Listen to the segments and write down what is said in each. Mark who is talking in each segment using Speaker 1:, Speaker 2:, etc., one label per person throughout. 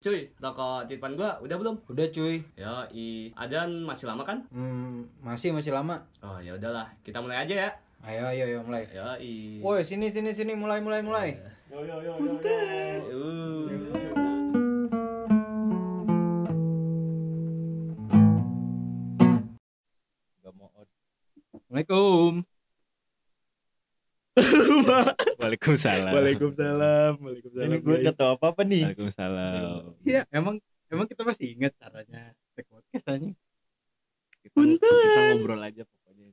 Speaker 1: Cuy, rokok titipan gua udah belum?
Speaker 2: Udah cuy,
Speaker 1: Yo, i Adan masih lama kan?
Speaker 2: hmm, masih masih lama.
Speaker 1: Oh, ya udahlah, kita mulai aja ya.
Speaker 2: Ayo ayo ayo mulai.
Speaker 1: Yo, i.
Speaker 2: Woi sini sini sini mulai mulai mulai.
Speaker 1: Uh.
Speaker 2: Assalamualaikum.
Speaker 3: Waalaikumsalam.
Speaker 4: Waalaikumsalam. Waalaikumsalam.
Speaker 3: Ini gue
Speaker 4: nggak
Speaker 3: nggak
Speaker 4: tahu apa apa nih.
Speaker 3: Waalaikumsalam.
Speaker 4: Iya, emang emang kita masih ingat caranya take podcast anjing.
Speaker 3: Kita, kita ngobrol aja pokoknya.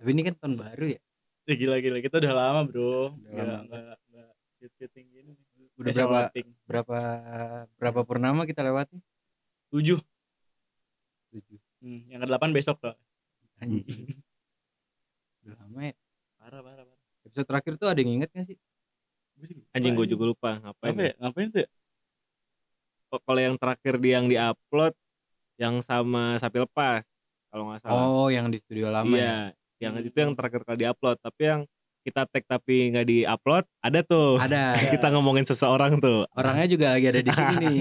Speaker 4: Tapi ini kan tahun baru ya.
Speaker 3: Ya, gila gila kita udah lama bro.
Speaker 4: Udah
Speaker 3: Nggak
Speaker 4: lama.
Speaker 3: nggak nggak shoot shooting gini.
Speaker 4: Udah
Speaker 3: Udah
Speaker 4: berapa?
Speaker 3: berapa?
Speaker 4: Berapa berapa purnama kita lewati?
Speaker 3: Tujuh.
Speaker 4: Tujuh.
Speaker 3: Hmm, yang ke delapan besok tuh.
Speaker 4: Anjing. Udah lama ya.
Speaker 3: Parah parah parah.
Speaker 4: Episode terakhir tuh ada yang inget gak sih?
Speaker 3: Gua sih lupa,
Speaker 5: Anjing gue juga lupa ngapain.
Speaker 3: Apa
Speaker 5: ya?
Speaker 3: ya? Ngapain tuh? ya?
Speaker 5: Kok- Kalau yang terakhir di yang diupload yang sama sapi lepas kalau nggak salah.
Speaker 4: Oh, yang di studio lama ya.
Speaker 5: iya, yang
Speaker 3: Hmm.
Speaker 5: itu yang terakhir kali diupload. Tapi yang kita tag tapi nggak diupload ada tuh.
Speaker 4: Ada.
Speaker 5: kita ngomongin seseorang tuh.
Speaker 4: Orangnya juga lagi ada di sini nih.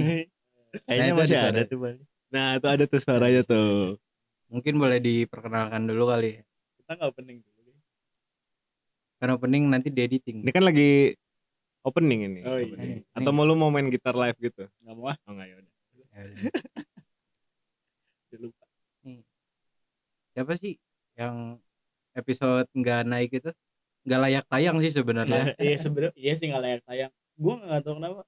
Speaker 3: Kayaknya
Speaker 4: itu
Speaker 3: masih
Speaker 4: ada
Speaker 3: ada
Speaker 4: suara.
Speaker 3: tuh bang.
Speaker 5: Nah itu ada tuh suaranya tuh.
Speaker 4: Mungkin boleh diperkenalkan dulu kali ya.
Speaker 3: Kita nggak opening dulu.
Speaker 4: Karena opening nanti di editing.
Speaker 5: Ini kan lagi opening ini.
Speaker 3: Oh, iya.
Speaker 5: Opening.
Speaker 4: Ini-
Speaker 5: Atau mau lu mau main gitar live gitu?
Speaker 3: Nggak mau ah.
Speaker 5: Oh enggak yaudah.
Speaker 4: Ya udah.
Speaker 3: Udah Lupa.
Speaker 4: Siapa sih yang episode nggak naik itu? Nggak layak tayang sih sebenarnya.
Speaker 3: Iya sebenernya Iya sih nggak layak tayang. Gue nggak tahu kenapa.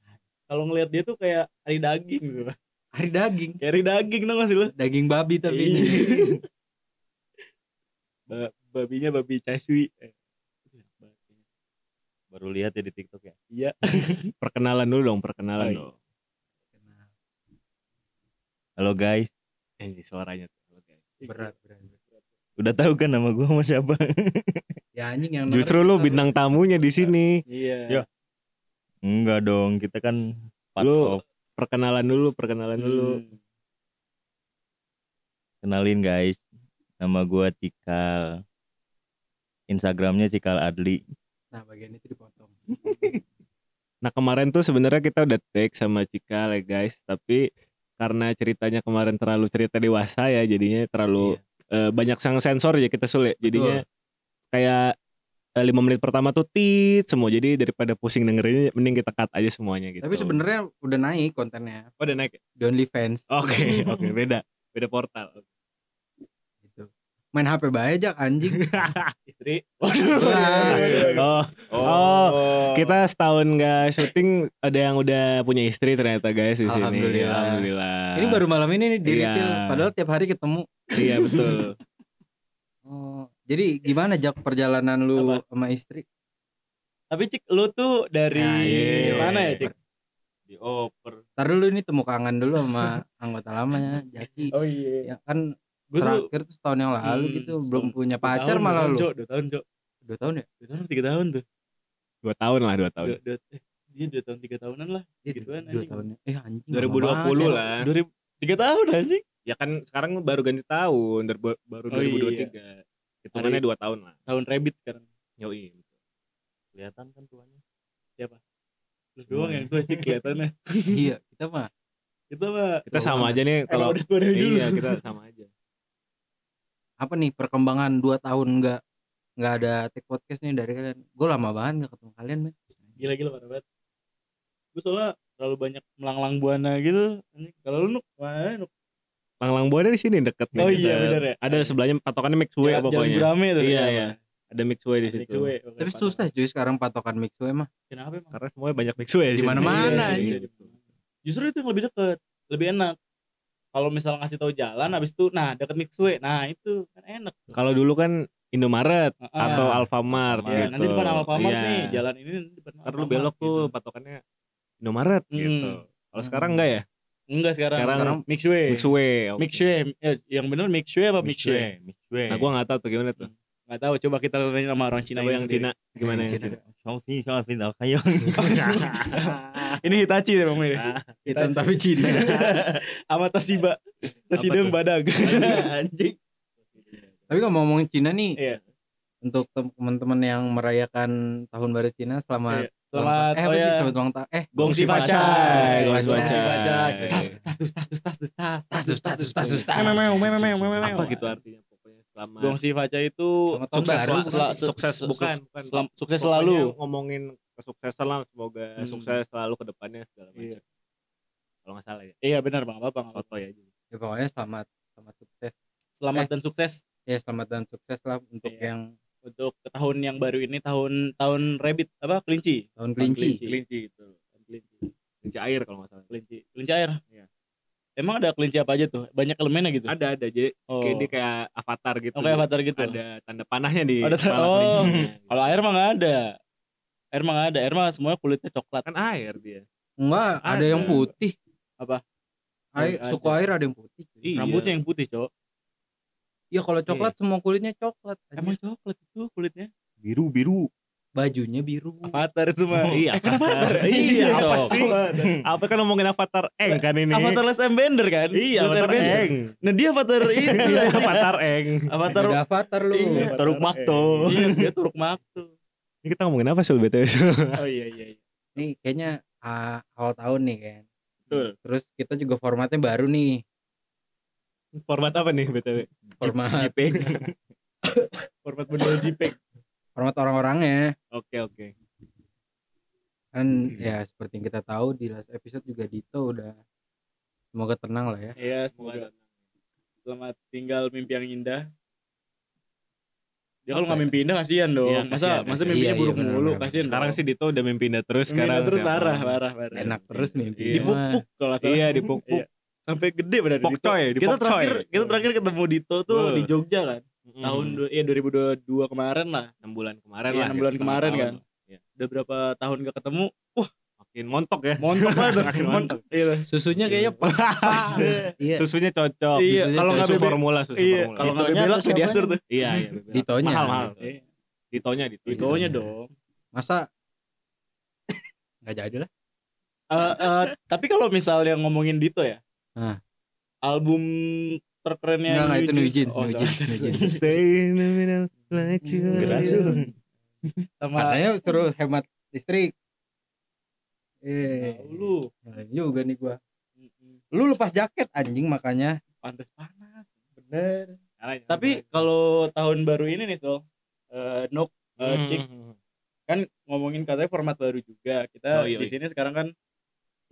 Speaker 3: Kalau ngelihat dia tuh kayak hari daging gitu.
Speaker 4: Hari daging,
Speaker 3: Kayak hari daging dong masih lu.
Speaker 4: daging babi tapi ini.
Speaker 3: Iya. Ba- babinya babi casui Eh,
Speaker 5: Baru lihat ya di TikTok ya.
Speaker 3: iya
Speaker 5: Perkenalan dulu dong,
Speaker 3: Oh,
Speaker 5: perkenalan
Speaker 3: iya.
Speaker 5: dong. Halo guys. Eh, Ini suaranya tuh. Halo, guys.
Speaker 3: Iya.
Speaker 4: berat, berat.
Speaker 5: Udah tahu kan nama gua sama siapa?
Speaker 4: Ya anjing yang
Speaker 5: Justru
Speaker 4: dengerin
Speaker 5: lu
Speaker 4: kita-
Speaker 5: bintang tamunya di sini.
Speaker 3: iya
Speaker 5: Yo.
Speaker 6: Enggak dong, kita kan part
Speaker 5: Lu-
Speaker 6: of.
Speaker 5: Perkenalan dulu, perkenalan dulu.
Speaker 3: Hmm.
Speaker 6: kenalin guys. Nama gua Cikal. Instagramnya Cikal Adli.
Speaker 4: Nah, bagian itu dipotong.
Speaker 5: Nah, kemarin tuh sebenarnya kita udah take sama Cika ya guys, tapi karena ceritanya kemarin terlalu cerita dewasa ya, jadinya terlalu
Speaker 6: Iya.
Speaker 5: eh, banyak sang sensor ya kita sulit. Jadinya kayak eh, lima menit pertama tuh tit semua. Jadi daripada pusing dengerinnya mending kita cut aja semuanya gitu.
Speaker 4: Tapi sebenarnya udah naik kontennya.
Speaker 5: Oh, udah naik.
Speaker 4: Di OnlyFans
Speaker 5: Oke, oke, beda. Beda portal.
Speaker 4: gitu. Main HP bae aja anjing.
Speaker 3: istri
Speaker 4: Wah.
Speaker 5: Oh, Oh, kita setahun nggak syuting ada yang udah punya istri ternyata guys di sini.
Speaker 4: Alhamdulillah.
Speaker 5: Alhamdulillah.
Speaker 4: ini baru malam ini nih di
Speaker 5: Iya.
Speaker 4: reveal padahal tiap hari ketemu.
Speaker 5: Iya, betul.
Speaker 4: Oh, jadi gimana Jak perjalanan lu sama istri?
Speaker 3: tapi cik lu tuh dari
Speaker 4: Nah, iya.
Speaker 3: mana ya cik
Speaker 5: Di oper.
Speaker 4: Ntar dulu ini temu kangen dulu sama anggota lamanya Jaki.
Speaker 3: oh
Speaker 4: Ya
Speaker 3: iya
Speaker 4: kan
Speaker 3: gue tuh
Speaker 4: terakhir tuh setahun yang lalu
Speaker 3: Hmm,
Speaker 4: gitu
Speaker 3: setahun-
Speaker 4: belum punya
Speaker 3: dua
Speaker 4: pacar
Speaker 3: tahun,
Speaker 4: malah
Speaker 3: dua
Speaker 4: lu.
Speaker 3: tahun, Cok. dua tahun cok
Speaker 4: Dua tahun ya?
Speaker 3: dua tahun tiga tahun tuh
Speaker 5: Dua tahun lah, dua tahun.
Speaker 3: dua, dua, eh, iya dua tahun tiga tahunan lah
Speaker 4: Iya,
Speaker 3: Gituan,
Speaker 4: dua
Speaker 3: anjing.
Speaker 4: tahun. Eh anjing. lama
Speaker 5: 2020
Speaker 4: banget ya.
Speaker 5: lah.
Speaker 3: dua ribu tiga tahun anjing
Speaker 5: Ya kan sekarang baru ganti tahun, dar- baru
Speaker 3: Oh, iya.
Speaker 5: 2023. Hitungannya dua tahun lah.
Speaker 3: tahun rabbit sekarang
Speaker 5: Yoi.
Speaker 6: kelihatan kan tuanya.
Speaker 3: lu doang yang tua cik kelihatannya
Speaker 4: Iya, kita mah
Speaker 3: kita mah
Speaker 5: Kita sama aja nih
Speaker 3: kalau
Speaker 5: kalau
Speaker 3: udah tua dari dulu
Speaker 5: iya kita sama aja.
Speaker 4: apa nih perkembangan dua tahun nggak nggak ada take podcast nih dari kalian gue lama banget nggak ketemu kalian men
Speaker 3: gila gila parah banget gue soalnya terlalu banyak melanglang buana gitu anjing kalau lu nuk mana nuk
Speaker 5: Panglang Buana di sini deket nih.
Speaker 3: Oh
Speaker 5: kita.
Speaker 3: iya, bener ya.
Speaker 5: Ada sebelahnya patokannya Mixway
Speaker 3: Jalan- jalan
Speaker 5: apa pokoknya.
Speaker 3: Gurame tuh
Speaker 5: Iya,
Speaker 3: sekarang.
Speaker 5: iya. Ada Mixway di
Speaker 3: Ada
Speaker 5: situ.
Speaker 3: cewek, oke,
Speaker 4: tapi
Speaker 3: parah.
Speaker 4: susah cuy sekarang patokan mix gue mah
Speaker 3: Kenapa emang?
Speaker 5: Karena semuanya banyak Mixway
Speaker 4: Di mana-mana,
Speaker 5: Iya,
Speaker 4: anjing.
Speaker 5: iya, iya.
Speaker 3: Justru itu yang lebih deket, lebih enak. Kalau misal ngasih tahu jalan, habis itu, nah deket mixway, nah itu kan enak.
Speaker 5: Kalau dulu kan Indomaret
Speaker 3: Ah,
Speaker 5: atau Alfamart
Speaker 3: iya,
Speaker 5: gitu.
Speaker 3: nanti depan Alfamart
Speaker 5: Iya.
Speaker 3: nih, jalan ini nanti depan.
Speaker 5: Ntar
Speaker 3: Alfamart,
Speaker 5: lu belok
Speaker 3: gitu.
Speaker 5: tuh patokannya Indomaret
Speaker 3: Hmm.
Speaker 5: gitu. Kalau
Speaker 4: Hmm.
Speaker 5: sekarang enggak ya?
Speaker 3: Enggak sekarang,
Speaker 5: Sekarang
Speaker 3: mixway.
Speaker 5: Mixway. oke.
Speaker 3: Mixway, eh, yang bener mixway apa mixway?
Speaker 5: Mixway. Mixway. Nah, gua enggak tahu tuh gimana tuh.
Speaker 3: Gak tahu, coba kita tanya sama orang Cina
Speaker 5: Coba yang
Speaker 3: ini sendiri.
Speaker 5: Cina gimana yang
Speaker 4: Cina.
Speaker 5: Cina?
Speaker 6: Sofi, Sofi, tau kayak
Speaker 3: ini Hitachi deh bang ini.
Speaker 4: hitam tapi Cina
Speaker 3: Sama Toshiba, Toshideng
Speaker 5: tuh?
Speaker 3: Badag. Anjing.
Speaker 4: tapi kalau mau ngomongin Cina nih
Speaker 3: Iya.
Speaker 4: untuk tem- teman-teman yang merayakan tahun baru Cina selamat
Speaker 3: Selamat
Speaker 4: eh
Speaker 3: oh
Speaker 4: apa sih
Speaker 3: ya.
Speaker 4: selamat ulang tahun eh
Speaker 3: Gongsi
Speaker 5: Gongsi bacai,
Speaker 3: bacai.
Speaker 5: gongsi
Speaker 3: Gongsi
Speaker 5: bacai.
Speaker 3: bacai. Tas tas dus tas dus tas dus tas.
Speaker 4: tas dus tas dus tas dus tas.
Speaker 3: Memang memang memang memang memang.
Speaker 5: Apa gitu artinya pokoknya selama
Speaker 3: Gongsi Faca itu
Speaker 4: Selamat tahun
Speaker 3: sukses
Speaker 4: baru,
Speaker 3: sel-
Speaker 4: bukan
Speaker 3: sel-
Speaker 5: sukses
Speaker 3: sel-
Speaker 5: bukan, bukan.
Speaker 3: selam- sukses
Speaker 5: Pokoknya
Speaker 3: selalu.
Speaker 5: ngomongin kesuksesan lah semoga
Speaker 3: Hmm.
Speaker 5: sukses selalu ke depannya segala
Speaker 3: Iya.
Speaker 5: macam. Kalau nggak salah ya.
Speaker 3: Iya benar Bang, apa Bang?
Speaker 5: Toto ya.
Speaker 4: ya pokoknya selamat selamat sukses
Speaker 3: Selamat dan sukses
Speaker 4: ya selamat dan sukses lah untuk
Speaker 3: Iya.
Speaker 4: yang
Speaker 3: untuk ke tahun yang baru ini tahun tahun rabbit apa kelinci?
Speaker 4: tahun kelinci
Speaker 5: Kelinci itu.
Speaker 3: Tahun Kelinci.
Speaker 5: Kelinci air kalau nggak salah.
Speaker 3: Kelinci. Kelinci air.
Speaker 5: Iya.
Speaker 3: Emang ada kelinci apa aja tuh? Banyak elemennya gitu.
Speaker 5: Ada ada jadi
Speaker 3: Oh.
Speaker 5: kayak dia kayak avatar gitu.
Speaker 3: Oh, kayak avatar gitu.
Speaker 5: Ada tanda panahnya di
Speaker 3: Ada-
Speaker 5: kepala
Speaker 3: oh.
Speaker 5: kelincinya.
Speaker 3: Kalau air mah nggak ada. Air mah nggak ada. Air mah semuanya kulitnya coklat.
Speaker 5: kan air dia.
Speaker 4: enggak ada
Speaker 5: Ada.
Speaker 4: yang putih
Speaker 3: Apa?
Speaker 4: air
Speaker 3: Ada.
Speaker 4: suku air ada yang putih
Speaker 5: Iya.
Speaker 3: Rambutnya yang putih, Cok.
Speaker 4: ya kalau coklat semua kulitnya coklat
Speaker 3: Iya. Emang coklat itu kulitnya?
Speaker 6: biru biru
Speaker 4: bajunya biru
Speaker 3: Avatar itu mah.
Speaker 5: Oh, iya,
Speaker 3: Eh, kenapa
Speaker 5: avatar.
Speaker 3: avatar?
Speaker 5: Iya, apa
Speaker 3: Cok.
Speaker 5: sih? Apa kan ngomongin avatar Eng kan ini?
Speaker 3: Avatar Last Airbender kan?
Speaker 5: Iya,
Speaker 3: Last
Speaker 5: avatar
Speaker 3: Airbender.
Speaker 5: Eng.
Speaker 3: Nah, dia avatar itu.
Speaker 5: Iya, avatar Eng.
Speaker 3: Avatar.
Speaker 4: ada avatar lu
Speaker 3: Iya.
Speaker 6: Taruk Makto.
Speaker 3: Iya, dia Turuk Maktu.
Speaker 5: Ini kita ngomongin apa sih BTW?
Speaker 3: Oh iya iya. iya.
Speaker 4: nih kayaknya ah, awal tahun nih kan
Speaker 5: Betul.
Speaker 4: terus kita juga formatnya baru nih
Speaker 5: Format apa nih BTW?
Speaker 4: format
Speaker 3: Format model JPEG.
Speaker 4: format orang-orangnya
Speaker 5: Oke, oke.
Speaker 4: kan ya seperti yang kita tahu di last episode juga Dito udah semoga tenang lah ya
Speaker 3: Iya, semoga selamat tinggal mimpi yang indah. Ya kalau nggak mimpi indah kasihan dong.
Speaker 5: Iya,
Speaker 3: masa
Speaker 5: kasihan,
Speaker 3: masa
Speaker 5: kasihan.
Speaker 3: mimpinya
Speaker 4: Iya, iya,
Speaker 3: buruk
Speaker 4: benar,
Speaker 3: mulu,
Speaker 4: benar.
Speaker 3: kasihan.
Speaker 5: Sekarang
Speaker 3: dong.
Speaker 5: sih Dito udah mimpi indah terus
Speaker 3: Mimpi
Speaker 5: sekarang.
Speaker 3: indah terus
Speaker 5: Iya.
Speaker 3: parah, parah, parah.
Speaker 4: enak terus mimpi
Speaker 5: Iya.
Speaker 3: Dipuk-puk kalau nggak salah.
Speaker 5: Iya, dipuk-puk.
Speaker 3: Iya. Sampai gede pada Dito.
Speaker 5: Pokcoy, di
Speaker 3: Kita
Speaker 5: Pokcoy.
Speaker 3: terakhir kita terakhir ketemu Dito tuh
Speaker 5: Betul.
Speaker 3: di Jogja kan.
Speaker 5: Mm.
Speaker 3: Tahun du- ya 2022 kemarin lah.
Speaker 5: 6 bulan kemarin
Speaker 3: Iya,
Speaker 5: lah.
Speaker 3: enam
Speaker 5: gitu,
Speaker 3: bulan
Speaker 5: tengah
Speaker 3: kemarin
Speaker 5: tahun
Speaker 3: kan.
Speaker 5: lah.
Speaker 3: Udah berapa tahun gak ketemu?
Speaker 5: Makin montok ya.
Speaker 3: Montok lah tuh.
Speaker 5: Makin montok.
Speaker 3: Montok. Iya.
Speaker 4: susunya kayaknya pas
Speaker 3: Pas.
Speaker 4: iya
Speaker 5: Susunya cocok.
Speaker 3: Iya,
Speaker 4: Susunya
Speaker 3: kalau
Speaker 5: Kalau
Speaker 3: nggak
Speaker 5: nggak
Speaker 3: bebek.
Speaker 5: formula susu
Speaker 3: Iya,
Speaker 5: formula.
Speaker 3: kalau nggak
Speaker 6: Ditonya
Speaker 3: bebek
Speaker 6: atau
Speaker 3: ke
Speaker 6: siapanya?
Speaker 3: diasur tuh.
Speaker 5: Iya, iya. bebek.
Speaker 4: Ditonya.
Speaker 5: Mahal, mahal.
Speaker 3: Iya.
Speaker 5: Ditonya, Ditonya.
Speaker 3: Ditonya
Speaker 4: Iya.
Speaker 3: dong.
Speaker 4: masa nggak jadi lah
Speaker 3: Eh, eh, tapi kalau misalnya ngomongin Dito ya,
Speaker 4: Hah.
Speaker 3: album terkerennya
Speaker 4: Nggak, nggak, itu New Jeans,
Speaker 3: Oh,
Speaker 4: New
Speaker 3: sorry,
Speaker 4: Jeans,
Speaker 3: sorry,
Speaker 4: New
Speaker 3: sorry.
Speaker 4: Jeans.
Speaker 5: Stay in the middle like you are.
Speaker 6: Gerasa.
Speaker 5: Eh,
Speaker 3: sama
Speaker 4: katanya suruh hemat listrik eh
Speaker 3: Tahu lu
Speaker 4: nyalain juga nih gua lu lepas jaket anjing makanya
Speaker 3: pantas panas.
Speaker 4: bener
Speaker 5: Caranya.
Speaker 3: Tapi kalau tahun baru ini nih Sol, eh Nok eh,
Speaker 5: Hmm.
Speaker 3: Cik kan ngomongin katanya format baru juga. Kita
Speaker 5: Oh, iya,
Speaker 3: di
Speaker 5: iya.
Speaker 3: sini sekarang kan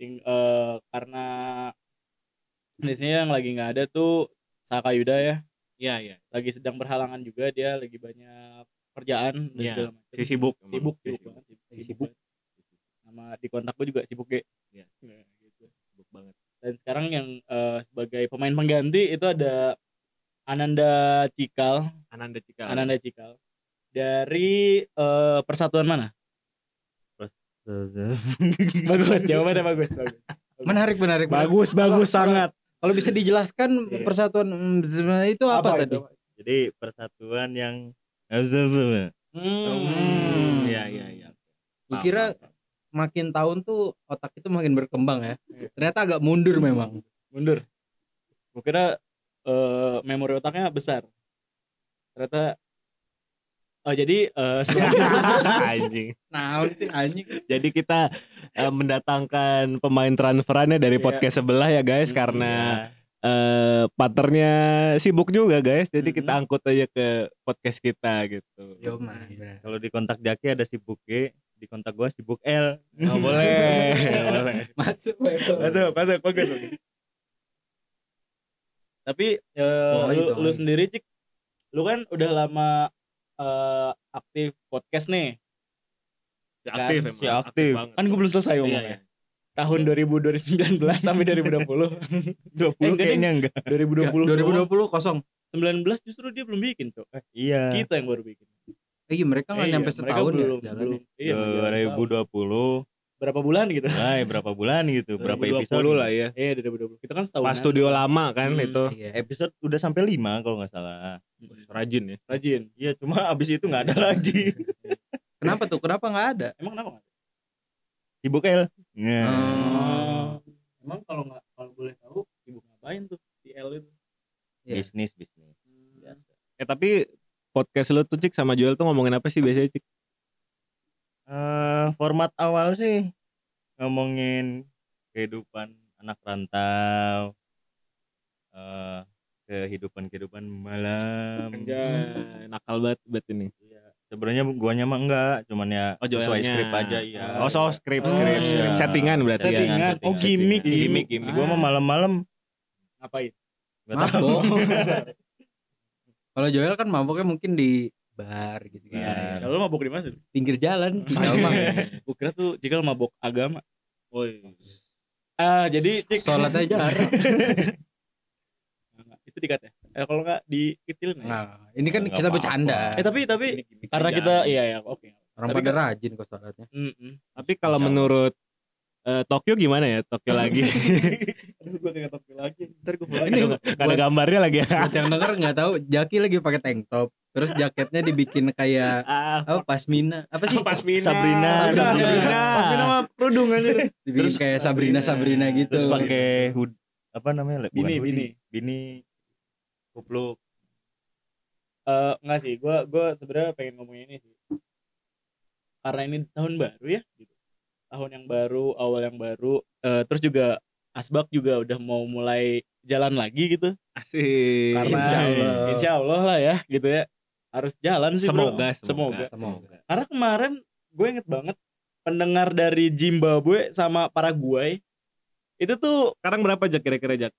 Speaker 3: ting- eh, karena di sini yang lagi nggak ada tuh Saka Yuda ya,
Speaker 5: Iya, iya.
Speaker 3: lagi sedang berhalangan juga dia lagi banyak kerjaan dan
Speaker 5: Iya,
Speaker 3: segala macam.
Speaker 5: Si sibuk. emang.
Speaker 3: sibuk
Speaker 5: Si
Speaker 3: sibuk banget, sibuk, sibuk. sama di kontak gue juga sibuk ge
Speaker 5: Iya.
Speaker 3: Nah, gitu.
Speaker 5: Sibuk banget.
Speaker 3: dan sekarang yang eh, sebagai pemain pengganti itu ada Ananda Cikal
Speaker 5: Ananda Cika.
Speaker 3: Ananda Cikal dari eh, persatuan mana bagus jawabannya bagus bagus
Speaker 4: menarik menarik menarik.
Speaker 3: bagus bagus sangat
Speaker 4: kalau bisa dijelaskan
Speaker 6: Iya.
Speaker 4: persatuan mm, itu apa,
Speaker 3: Apa
Speaker 4: tadi
Speaker 3: itu?
Speaker 6: jadi persatuan yang
Speaker 4: Hmm.
Speaker 5: Iya, iya, iya.
Speaker 4: Gua kira makin tahun tuh otak itu makin berkembang ya
Speaker 3: Iya.
Speaker 4: ternyata agak mundur memang
Speaker 3: mundur gue kira eh, memori otaknya besar ternyata oh jadi eh,
Speaker 5: Anjing.
Speaker 4: nah
Speaker 3: Iya
Speaker 4: sih anjing
Speaker 5: Jadi kita eh, mendatangkan pemain transferannya dari
Speaker 3: Iya.
Speaker 5: podcast sebelah ya guys
Speaker 3: Mm,
Speaker 5: karena eh partnernya sibuk juga guys. Jadi kita
Speaker 3: Mhm.
Speaker 5: angkut aja ke podcast kita gitu.
Speaker 4: yo man
Speaker 6: kalau di kontak Jaki ada sibuk G di kontak gua sibuk L
Speaker 5: Oh, boleh, boleh.
Speaker 4: masuk memang.
Speaker 3: Masuk, masuk, bagus. bagus. Tapi eh,
Speaker 4: Tolong lagi,
Speaker 3: lu,
Speaker 4: tolong
Speaker 3: lu
Speaker 4: lagi.
Speaker 3: sendiri cik, lu kan udah lama eh, aktif podcast nih.
Speaker 5: Ya, Aktif
Speaker 3: Kan,
Speaker 5: emang.
Speaker 6: si aktif.
Speaker 5: banget.
Speaker 3: Kan gue belum selesai
Speaker 5: Iya,
Speaker 3: ngomongnya.
Speaker 5: iya.
Speaker 3: Tahun 2019 sampai 2020. 20
Speaker 6: Eh,
Speaker 3: kayaknya
Speaker 6: kayaknya enggak
Speaker 3: 2020.
Speaker 4: 2020 kosong
Speaker 3: 19 justru dia belum bikin, Cok. Eh,
Speaker 6: iya
Speaker 3: kita yang baru bikin.
Speaker 4: Eh, iya mereka nggak
Speaker 3: Eh,
Speaker 4: nyampe
Speaker 3: iya,
Speaker 4: setahun
Speaker 3: mereka belum,
Speaker 4: ya jalannya.
Speaker 3: belum. Iya, nggak nyampe setahun.
Speaker 6: 2020
Speaker 3: berapa bulan gitu?
Speaker 6: Lai, berapa bulan gitu berapa
Speaker 5: 2020
Speaker 6: episode
Speaker 5: lah ya.
Speaker 3: Iya, 2020. Kita kan setahun.
Speaker 5: Pas studio lama kan
Speaker 3: Hmm.
Speaker 5: itu.
Speaker 4: Iya.
Speaker 6: episode udah sampai 5 kalau nggak salah
Speaker 5: Rajin ya.
Speaker 3: Rajin.
Speaker 6: iya cuma abis itu nggak
Speaker 3: Iya.
Speaker 6: ada lagi
Speaker 4: Kenapa tuh? Kenapa nggak ada?
Speaker 3: Emang kenapa nggak?
Speaker 6: sibuk
Speaker 4: Oh,
Speaker 6: L Nah.
Speaker 3: Emang kalau nggak kalau boleh tahu ibu ngapain tuh di L itu?
Speaker 4: Iya.
Speaker 6: bisnis bisnis Iya.
Speaker 5: Eh tapi podcast lu tuh Cik sama Joel tuh ngomongin apa sih biasanya Cik?
Speaker 6: eh, format awal sih ngomongin kehidupan anak rantau, eh, kehidupan kehidupan malam.
Speaker 5: Anjay, nakal banget bet ini.
Speaker 6: Iya. Sebenarnya guanya mah enggak, cuman ya
Speaker 5: Oh,
Speaker 6: sesuai
Speaker 5: Joelnya.
Speaker 6: skrip aja iya.
Speaker 5: Oh, so
Speaker 3: Oh,
Speaker 5: script,
Speaker 3: iya.
Speaker 5: script, script. Settingan berarti
Speaker 3: Settingan.
Speaker 5: ya.
Speaker 3: Oh, gimmick, Ah.
Speaker 5: gimmick, Ah.
Speaker 6: Gimmick.
Speaker 5: gimmick.
Speaker 6: Gua mah malam-malam
Speaker 3: Ngapain?
Speaker 6: nggak tahu.
Speaker 4: Mabok. Kalau Joel kan maboknya mungkin di bar gitu kan.
Speaker 3: Ya,
Speaker 5: Iya.
Speaker 3: lu mabok di mana? Dul?
Speaker 4: Pinggir jalan,
Speaker 6: Iya.
Speaker 4: tinggal mah.
Speaker 3: Gua kira tuh Cikal mabok agama. Woi. Ah, jadi Cik.
Speaker 4: Sholat aja jarang.
Speaker 3: itu dikat ya. Eh, kalau enggak dikecil nah.
Speaker 4: Nah, ini kan
Speaker 6: Nggak
Speaker 4: kita
Speaker 6: apa-apa.
Speaker 4: bercanda.
Speaker 3: Eh, tapi tapi karena kita iya ya, oke.
Speaker 4: Orang
Speaker 3: tapi
Speaker 4: pada rajin kok sholatnya.
Speaker 3: Mm-mm.
Speaker 5: Tapi kalau
Speaker 6: Insya Allah.
Speaker 5: menurut eh, Tokyo gimana ya? Tokyo lagi.
Speaker 3: Aduh, gua kagak tahu lagi. Ntar gua mulai.
Speaker 5: Ini ada gambarnya lagi. ya.
Speaker 4: Buat yang denger nggak tahu, Jaki lagi pakai tank top. Terus jaketnya dibikin kayak
Speaker 5: Ah,
Speaker 4: apa pasmina. Apa sih?
Speaker 5: Pasmina.
Speaker 4: Sabrina.
Speaker 5: Sabrina.
Speaker 4: Sabrina.
Speaker 5: Pasmina mah kerudung anjir.
Speaker 4: Dibikin
Speaker 6: Terus-
Speaker 4: kayak Sabrina Sabrina gitu.
Speaker 6: Terus pakai hood apa namanya? Bukan
Speaker 3: Bini,
Speaker 6: hoodie.
Speaker 3: bini.
Speaker 6: Bini kupluk.
Speaker 3: Eh, enggak sih, gua gua sebenarnya pengen ngomongin ini sih. Karena ini tahun baru ya, gitu. Tahun yang baru, awal yang baru, eh, terus juga Asbak juga udah mau mulai jalan lagi gitu.
Speaker 5: Asik.
Speaker 3: Karena
Speaker 4: Insya
Speaker 3: insya
Speaker 4: Allah.
Speaker 3: Allah. lah ya, gitu ya. Harus jalan sih, Bro.
Speaker 5: Semoga,
Speaker 3: semoga.
Speaker 5: semoga.
Speaker 4: Semoga.
Speaker 3: Karena kemarin gue inget banget pendengar dari Zimbabwe sama Paraguay itu tuh
Speaker 5: Sekarang berapa Jak kira-kira Jak?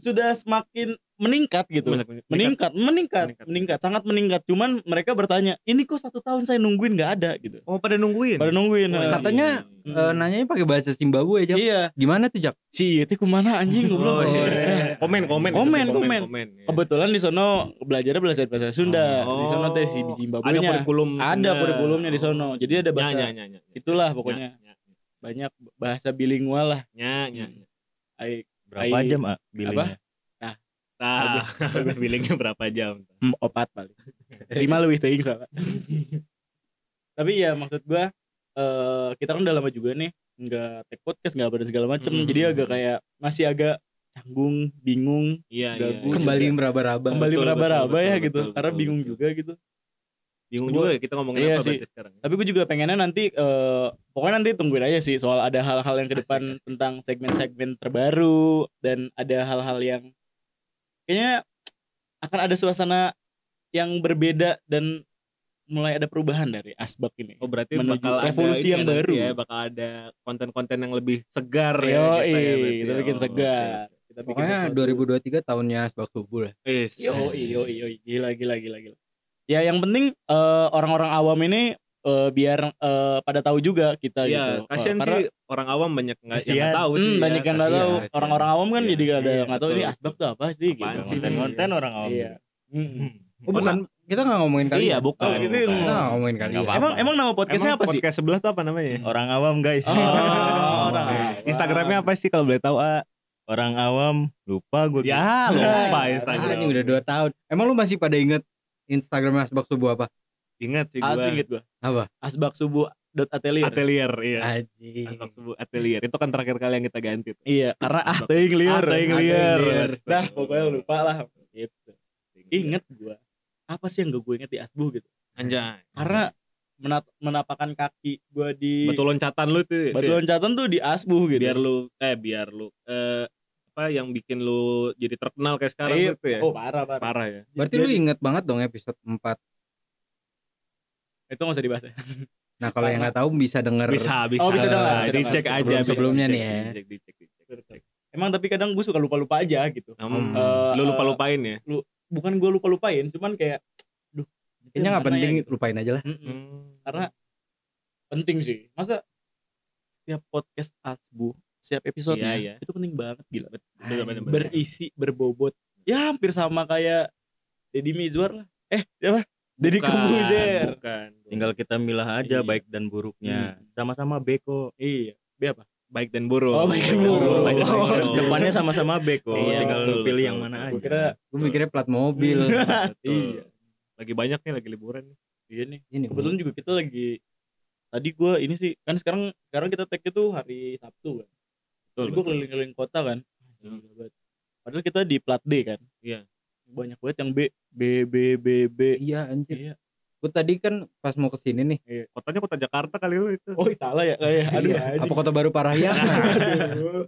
Speaker 3: sudah semakin meningkat gitu.
Speaker 5: Meningkat.
Speaker 3: meningkat, meningkat,
Speaker 5: Meningkat.
Speaker 3: meningkat, sangat meningkat. Cuman mereka bertanya, ini kok satu tahun saya nungguin nggak ada gitu.
Speaker 5: Oh, pada nungguin.
Speaker 3: Pada nungguin.
Speaker 5: Oh,
Speaker 3: eh.
Speaker 4: Kata- Katanya,
Speaker 3: Hmm.
Speaker 4: Eh, nanyanya pakai bahasa Zimbabwe aja.
Speaker 3: iya,
Speaker 4: Gimana tuh, Jak?
Speaker 3: si itu kemana anjing
Speaker 5: Oh,
Speaker 3: goblok.
Speaker 5: iya. komen, komen,
Speaker 3: Komen, komen.
Speaker 5: komen. iya.
Speaker 3: Kebetulan di sono belajarnya belajar bahasa Sunda. Di sono teh si
Speaker 5: Oh. Ada
Speaker 3: Zimbabwe-nya.
Speaker 5: kurikulum.
Speaker 3: Ada kurikulumnya di sono. Jadi ada bahasa.
Speaker 5: Nya, nya, nya, nya.
Speaker 3: Itulah pokoknya
Speaker 5: Nya,
Speaker 3: banyak bahasa bilingual lah.
Speaker 5: Nya, nya, nya.
Speaker 3: Ai-
Speaker 6: Berapa
Speaker 3: Ai-
Speaker 6: jam, ah, bilinya?
Speaker 5: Nah, billingnya berapa jam?
Speaker 3: Hmm, opat paling lima lebih teing salah tapi ya maksud gua eh kita kan udah lama juga nih nggak take podcast nggak apa dan segala macem
Speaker 5: Hmm.
Speaker 3: jadi agak kayak masih agak canggung bingung
Speaker 5: Iya,
Speaker 3: Gagu
Speaker 5: iya.
Speaker 4: Kembali meraba-raba.
Speaker 3: kembali
Speaker 5: betul,
Speaker 3: meraba-raba
Speaker 5: betul,
Speaker 3: ya
Speaker 5: betul,
Speaker 3: gitu
Speaker 5: betul,
Speaker 3: karena
Speaker 5: betul,
Speaker 3: bingung
Speaker 5: betul.
Speaker 3: juga gitu
Speaker 5: Bingung
Speaker 3: Gua-
Speaker 5: juga ya kita ngomongin
Speaker 3: Iya
Speaker 5: apa
Speaker 3: sih.
Speaker 5: berarti sekarang.
Speaker 3: tapi gue juga pengennya nanti eh pokoknya nanti tungguin aja sih soal ada hal-hal yang ke depan tentang segmen-segmen terbaru dan ada hal-hal yang kayaknya akan ada suasana yang berbeda dan mulai ada perubahan dari asbak ini.
Speaker 5: Oh berarti
Speaker 3: Menuju
Speaker 5: bakal ada
Speaker 3: revolusi
Speaker 5: ini
Speaker 3: yang
Speaker 5: ya nanti
Speaker 3: baru.
Speaker 5: ya, bakal ada konten-konten yang lebih segar ya.
Speaker 3: Yo,
Speaker 5: kita ya berarti
Speaker 3: kita
Speaker 5: ya.
Speaker 3: bikin
Speaker 5: Oh,
Speaker 3: segar. Kita bikin
Speaker 4: Pokoknya
Speaker 3: sesuatu.
Speaker 4: 2023 tahunnya sebab subuh lah.
Speaker 5: oke. Is.
Speaker 3: Yo, yo, yo, gila, gila, gila, gila. Ya yang penting eh, orang-orang awam ini eh, biar eh, pada tahu juga kita
Speaker 5: Iya,
Speaker 3: gitu. Eh,
Speaker 5: kasihan
Speaker 3: karena-
Speaker 5: sih orang awam banyak nggak yang
Speaker 6: Kasihan.
Speaker 5: nggak tahu sih.
Speaker 3: Hmm,
Speaker 5: ya.
Speaker 3: banyak yang nggak
Speaker 5: Kasihan.
Speaker 3: tahu.
Speaker 5: Kasihan.
Speaker 3: Orang-orang awam kan
Speaker 5: Iya.
Speaker 3: jadi nggak ada
Speaker 5: Iya,
Speaker 3: nggak tahu
Speaker 5: betul.
Speaker 3: ini asbak tuh apa sih gitu.
Speaker 5: Apaan sih?
Speaker 6: Konten-konten orang awam.
Speaker 3: Iya. Mm-mm.
Speaker 4: Oh, bukan kita nggak ngomongin kali. ya?
Speaker 5: Iya, bukan.
Speaker 3: Oh, gitu.
Speaker 5: Bukan.
Speaker 4: Kita nggak ngomongin kali. ya?
Speaker 5: Nggak apa-apa.
Speaker 3: Emang emang nama podcastnya
Speaker 5: Emang
Speaker 3: apa sih?
Speaker 5: Podcast sebelah tuh apa Hmm, namanya?
Speaker 6: Orang awam, guys.
Speaker 1: Uh.
Speaker 3: Oh,
Speaker 5: orang
Speaker 3: orang
Speaker 5: awam.
Speaker 3: awam.
Speaker 5: Instagramnya apa sih kalau boleh tahu? Ah?
Speaker 6: orang awam lupa gitu. gue
Speaker 5: Ya,
Speaker 4: Ah,
Speaker 5: lupa Instagram.
Speaker 4: ini udah 2 tahun. Emang lu masih pada inget Instagram Asbak Subuh apa?
Speaker 5: Ingat sih
Speaker 3: Asli
Speaker 5: gua.
Speaker 3: inget gua.
Speaker 4: Apa?
Speaker 3: Asbak subuh dot atelier.
Speaker 5: Atelier, gitu, iya.
Speaker 4: Aji.
Speaker 5: Asbak Subuh Atelier. Itu kan terakhir kali yang kita ganti. tuh.
Speaker 3: Iya, karena ah teuing liar.
Speaker 5: Ah, teuing liar. Nah,
Speaker 3: liar. Dah, pokoknya lupa lah. Gitu. Ingat gua. Apa sih yang gak gue inget di Asbu gitu?
Speaker 5: Anjay.
Speaker 3: Karena menat- menapakkan kaki gua di
Speaker 5: Hmm. Iya. Batu loncatan lu tuh.
Speaker 3: batu
Speaker 5: tuh. ya.
Speaker 3: loncatan tuh di Asbu gitu.
Speaker 5: biar lu eh biar lu eh apa yang bikin lu jadi terkenal kayak sekarang
Speaker 3: Iya.
Speaker 5: gitu ya
Speaker 3: Oh, parah, parah.
Speaker 5: parah ya
Speaker 4: Berarti lu
Speaker 3: Jadi-
Speaker 4: inget banget dong episode 4
Speaker 3: itu nggak usah dibahas. ya.
Speaker 4: Nah kalau yang nggak tahu bisa denger
Speaker 5: bisa bisa
Speaker 3: Oh, bisa
Speaker 5: bisa,
Speaker 3: dengar, bisa
Speaker 5: dicek
Speaker 3: dengar.
Speaker 5: aja
Speaker 4: Sebelum-sebelumnya
Speaker 5: bisa
Speaker 4: nih ya.
Speaker 5: dicek, dicek, dicek, dicek.
Speaker 3: Emang tapi kadang gue suka lupa-lupa aja gitu.
Speaker 5: Hmm.
Speaker 3: Eh,
Speaker 5: lu lupa lupain ya
Speaker 3: Bukan gue lupa-lupain, cuman kayak duh.
Speaker 4: Kayaknya nggak
Speaker 3: gimana ya
Speaker 4: penting
Speaker 3: gitu.
Speaker 4: lupain aja lah
Speaker 3: Mm-mm. Karena penting sih. Masa setiap podcast Asbu, setiap episodenya
Speaker 5: Iya, iya.
Speaker 3: itu penting banget gila.
Speaker 5: Bener, bener, bener.
Speaker 3: Berisi, berbobot. Ya hampir sama kayak Deddy Mizwar lah. Eh, siapa? Deddy
Speaker 5: Bukan,
Speaker 3: Kobuzer.
Speaker 5: bukan
Speaker 6: tinggal kita milah
Speaker 5: Iya.
Speaker 6: aja
Speaker 5: Hmm.
Speaker 6: baik dan buruknya sama-sama beko
Speaker 3: Iya.
Speaker 5: baik dan buruk
Speaker 3: Oh, baik dan buruk.
Speaker 5: Baik dan
Speaker 3: Oh.
Speaker 5: buruk.
Speaker 6: depannya sama-sama beko
Speaker 5: Iya,
Speaker 6: tinggal lu
Speaker 5: betul,
Speaker 6: pilih
Speaker 5: betul,
Speaker 6: yang
Speaker 5: betul.
Speaker 6: mana
Speaker 3: Gue
Speaker 6: aja
Speaker 3: kira
Speaker 4: Gue mikirnya plat mobil
Speaker 5: Betul.
Speaker 3: Iya.
Speaker 5: lagi banyak nih lagi liburan nih.
Speaker 3: iya nih.
Speaker 4: Ini
Speaker 3: Kebetulan juga kita lagi tadi gue ini sih kan sekarang sekarang kita tag itu hari Sabtu kan.
Speaker 5: betul,
Speaker 3: Jadi gue
Speaker 5: betul.
Speaker 3: keliling-keliling kota kan.
Speaker 5: Hmm.
Speaker 3: Gila banget. Padahal kita di plat D kan.
Speaker 5: Iya.
Speaker 3: Banyak banget yang B B B B B.
Speaker 4: Iya anjir
Speaker 3: Iya.
Speaker 4: Gue tadi kan pas mau kesini nih.
Speaker 5: Kotanya kota Jakarta kali lu itu.
Speaker 3: Oh salah ya kayak aduh
Speaker 4: Iya,
Speaker 3: anjing.
Speaker 4: apa kota baru Parahyangan?
Speaker 3: Aduh,